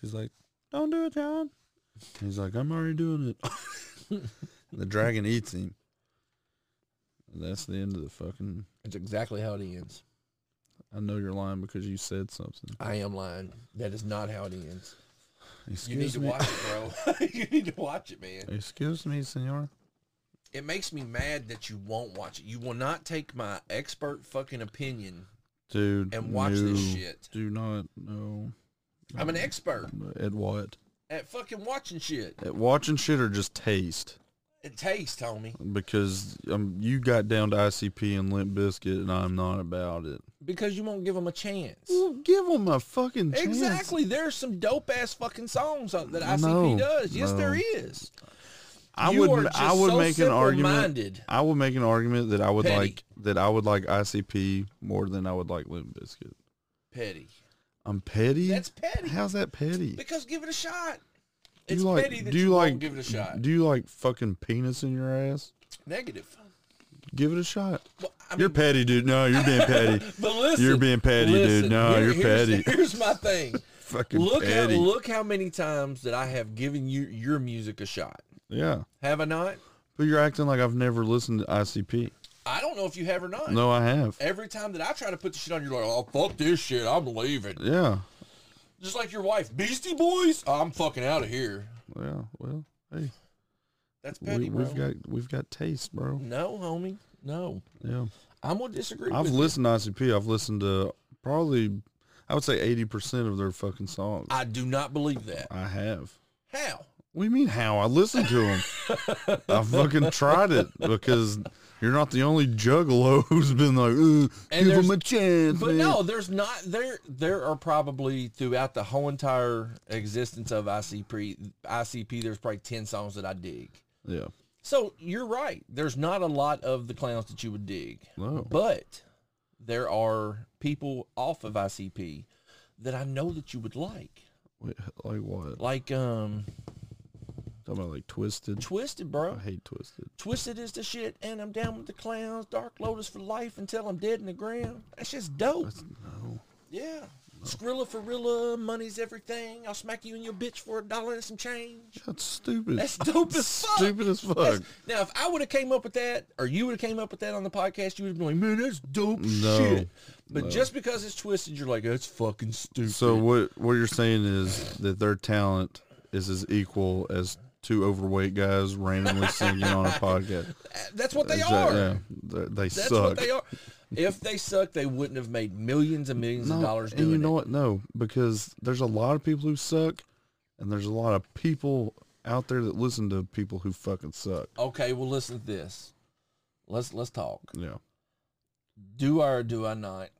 C: she's like, don't do it, John. And he's like, I'm already doing it. the dragon eats him. And that's the end of the fucking.
B: That's exactly how it ends.
C: I know you're lying because you said something.
B: I am lying. That is not how it ends. You
C: Excuse
B: need to
C: me.
B: watch it, bro. you need to watch it, man.
C: Excuse me, senor.
B: It makes me mad that you won't watch it. You will not take my expert fucking opinion.
C: Dude.
B: And watch this
C: no.
B: shit.
C: Do not know.
B: I'm
C: Mm-hmm.
B: an expert
C: At what?
B: at fucking watching shit.
C: At watching shit or just taste?
B: It tastes, homie.
C: Because um, you got down to ICP and Limp Biscuit, and I'm not about it.
B: Because you won't give them a chance.
C: Well, give them a fucking chance.
B: Exactly. There's some dope ass fucking songs on- that ICP
C: No,
B: does. Yes,
C: no.
B: there is.
C: I
B: You
C: would.
B: are
C: ma- I
B: just
C: would
B: so
C: make an argument.
B: simple-minded.
C: I would make an argument that I would
B: Petty.
C: like that I would like ICP more than I would like Limp Biscuit.
B: Petty.
C: I'm petty.
B: That's petty.
C: How's that petty?
B: Because give it a shot.
C: Do
B: It's
C: you like,
B: petty that
C: do
B: you,
C: you like,
B: won't give it a shot.
C: Do you like fucking penis in your ass?
B: Negative.
C: Give it a shot.
B: Well, I
C: you're
B: mean,
C: petty, dude. No, you're being petty.
B: but listen,
C: you're being petty, dude.
B: listen,
C: No, you're
B: here's-
C: petty.
B: Here's my thing.
C: Fucking
B: look how
C: petty.
B: look how many times that I have given you your music a shot.
C: yeah,
B: Have I not?
C: but you're acting like I've never listened to ICP.
B: I don't know if you have or not.
C: No, I have.
B: Every time that I try to put the shit on, you're like, "Oh fuck this shit, I'm leaving."
C: Yeah,
B: Just like your wife, Beastie Boys, Oh, I'm fucking out of here.
C: yeah. Well, hey,
B: That's petty,
C: we,
B: bro.
C: we've got we've got taste, bro.
B: no, homie, no.
C: Yeah,
B: I'm gonna disagree.
C: I've
B: with
C: listened to ICP. I've listened to probably, I would say eighty percent of their fucking songs.
B: you. I do not believe that.
C: I have.
B: How?
C: What do you mean how? I listened to him. I fucking tried it because you're not the only juggalo who's been like, "Ugh,
B: And
C: give him
B: there's-
C: a chance.
B: But
C: man."
B: no, there's not there. There are probably throughout the whole entire existence of ICP, ICP, there's probably ten songs that I dig.
C: Yeah.
B: So you're right. There's not a lot of the clowns that you would dig,
C: No.
B: but there are people off of ICP that I know that you would like,
C: Wait, like what?
B: like um
C: Talking about like Twisted.
B: Twisted, bro.
C: I hate Twisted.
B: Twisted is the shit, and I'm down with the clowns. Dark Lotus for life until I'm dead in the ground. That's just dope.
C: No.
B: yeah. Skrilla for Rilla, money's everything. I'll smack you and your bitch for a dollar and some change.
C: That's stupid.
B: That's dope as fuck.
C: Stupid as fuck.
B: That's- now, if I would have came up with that, or you would have came up with that on the podcast, you would have been like, man, that's dope
C: No.
B: shit. But just because it's twisted, you're like, that's fucking stupid.
C: so what what you're saying is that their talent is as equal as two overweight guys randomly singing on a podcast.
B: Uh, that's what they
C: Is that-
B: are.
C: yeah, they, they
B: That's
C: suck.
B: what they are. If they suck, they wouldn't have made millions and millions of dollars
C: And
B: doing
C: you
B: it.
C: know what? No, because there's a lot of people who suck, and there's a lot of people out there that listen to people who fucking suck.
B: Okay, well listen to this. Let's let's talk.
C: Yeah.
B: Do I or do I not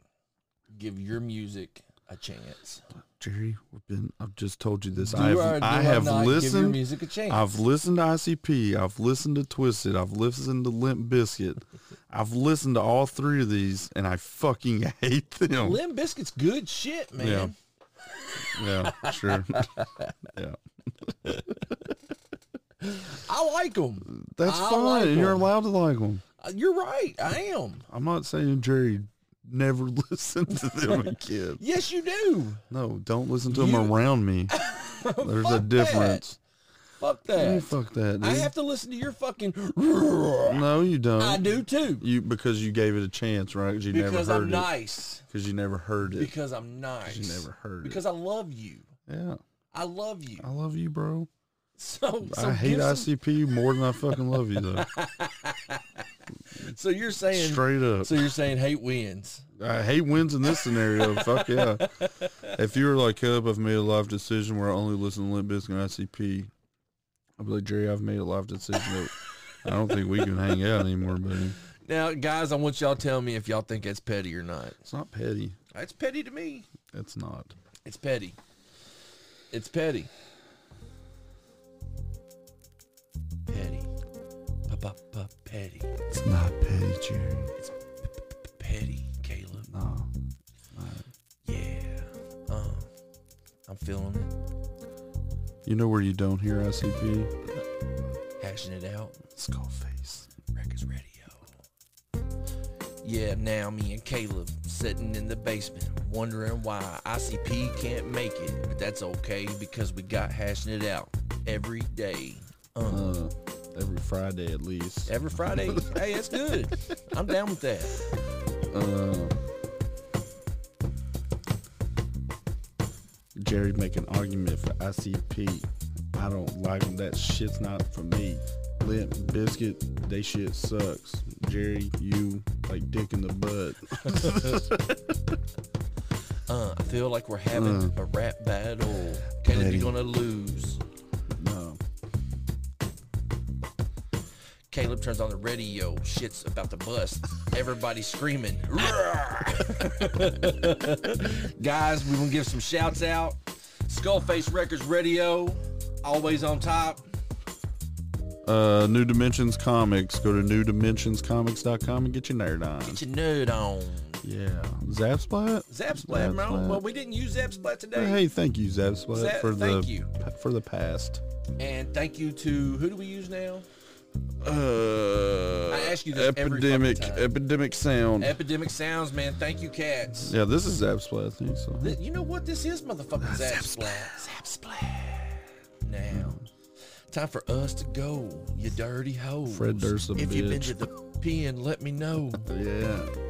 B: give your music a chance?
C: Jerry, we've been. I've just told you this.
B: Do
C: I
B: or
C: have.
B: do
C: I, have
B: not give your
C: listened.
B: music a chance.
C: I've listened to ICP. I've listened to Twisted. I've listened to Limp Biscuit. I've listened to all three of these, and I fucking hate them.
B: Limb Biscuit's good shit, man.
C: Yeah. yeah, sure. yeah,
B: I like them.
C: that's
B: I
C: fine.
B: like
C: and you're
B: 'em.
C: allowed to like them.
B: You're right. I am.
C: I'm not saying Jerry never listened to them again.
B: Yes, you do.
C: No, don't listen to them
B: You-
C: around me. There's a
B: Fuck
C: difference.
B: Fuck that.
C: Fuck that, dude.
B: I have to listen to your fucking.
C: no, you don't.
B: I do too.
C: You because you gave it a chance, right? 'Cause you
B: Because
C: never heard
B: I'm
C: it.
B: nice.
C: Because you never heard it.
B: Because I'm nice.
C: 'Cause you never heard
B: Because I love you.
C: it. Yeah,
B: I love you.
C: I love you, bro.
B: So, so
C: I hate
B: give some-
C: ICP more than I fucking love you, though.
B: So you're saying.
C: Straight up.
B: So you're saying hate wins.
C: I hate wins in this scenario. Fuck yeah. If you were like, Caleb, I've made a life decision where I only listen to Limp Bizkit and ICP, I'd be like, Jerry, I've made a life decision that I don't think we can hang out anymore, buddy.
B: Now, guys, I want y'all to tell me if y'all think that's petty or not.
C: It's not petty.
B: It's petty to me.
C: It's not.
B: It's petty. It's petty. Petty. Ba-ba-ba, petty.
C: It's not petty, Jerry.
B: Petty, Caleb.
C: No.
B: Yeah. Um, I'm feeling it.
C: You know where you don't hear ICP?
B: Hashing it out.
C: Skullface.
B: Records Radio. Yeah, now me and Caleb sitting in the basement wondering why ICP can't make it. But that's okay because we got hashing it out every day. Um,
C: Uh, every Friday at least.
B: Every Friday. hey, that's good. I'm down with that.
C: Uh, Jerry make an argument for ICP. I don't like them. That shit's not for me. Limp Biscuit, they shit sucks. Jerry, you like dick in the butt.
B: Uh, I feel like we're having a rap battle. Caleb,
C: Petty.
B: you're gonna lose.
C: No.
B: Caleb turns on the radio. Shit's about to bust. Everybody screaming. Roar. Guys, we gonna give some shouts out. Skullface Records Radio, always on top.
C: Uh, New Dimensions Comics. Go to newdimensionscomics.com and get your nerd on.
B: Get your nerd on.
C: Yeah. Zap Splat?
B: Zap Splat, bro.
C: Zapsplat.
B: Well, we didn't use Zap Splat today.
C: Hey, thank you, Zap Splat,
B: Zap-
C: for the
B: thank you.
C: for the past.
B: And thank you to who do we use now?
C: Uh,
B: I ask you this every fucking
C: epidemic,
B: time.
C: epidemic sound.
B: Epidemic Sounds, man. Thank you, cats.
C: yeah, this is Zap Splat, I think so.
B: Th- you know what? This is motherfucking Zap, Splat. Zap Splat. Now, time for us to go, you dirty hoe.
C: Fred Durst a
B: If you've been
C: bitch.
B: to the pen, let me know.
C: yeah,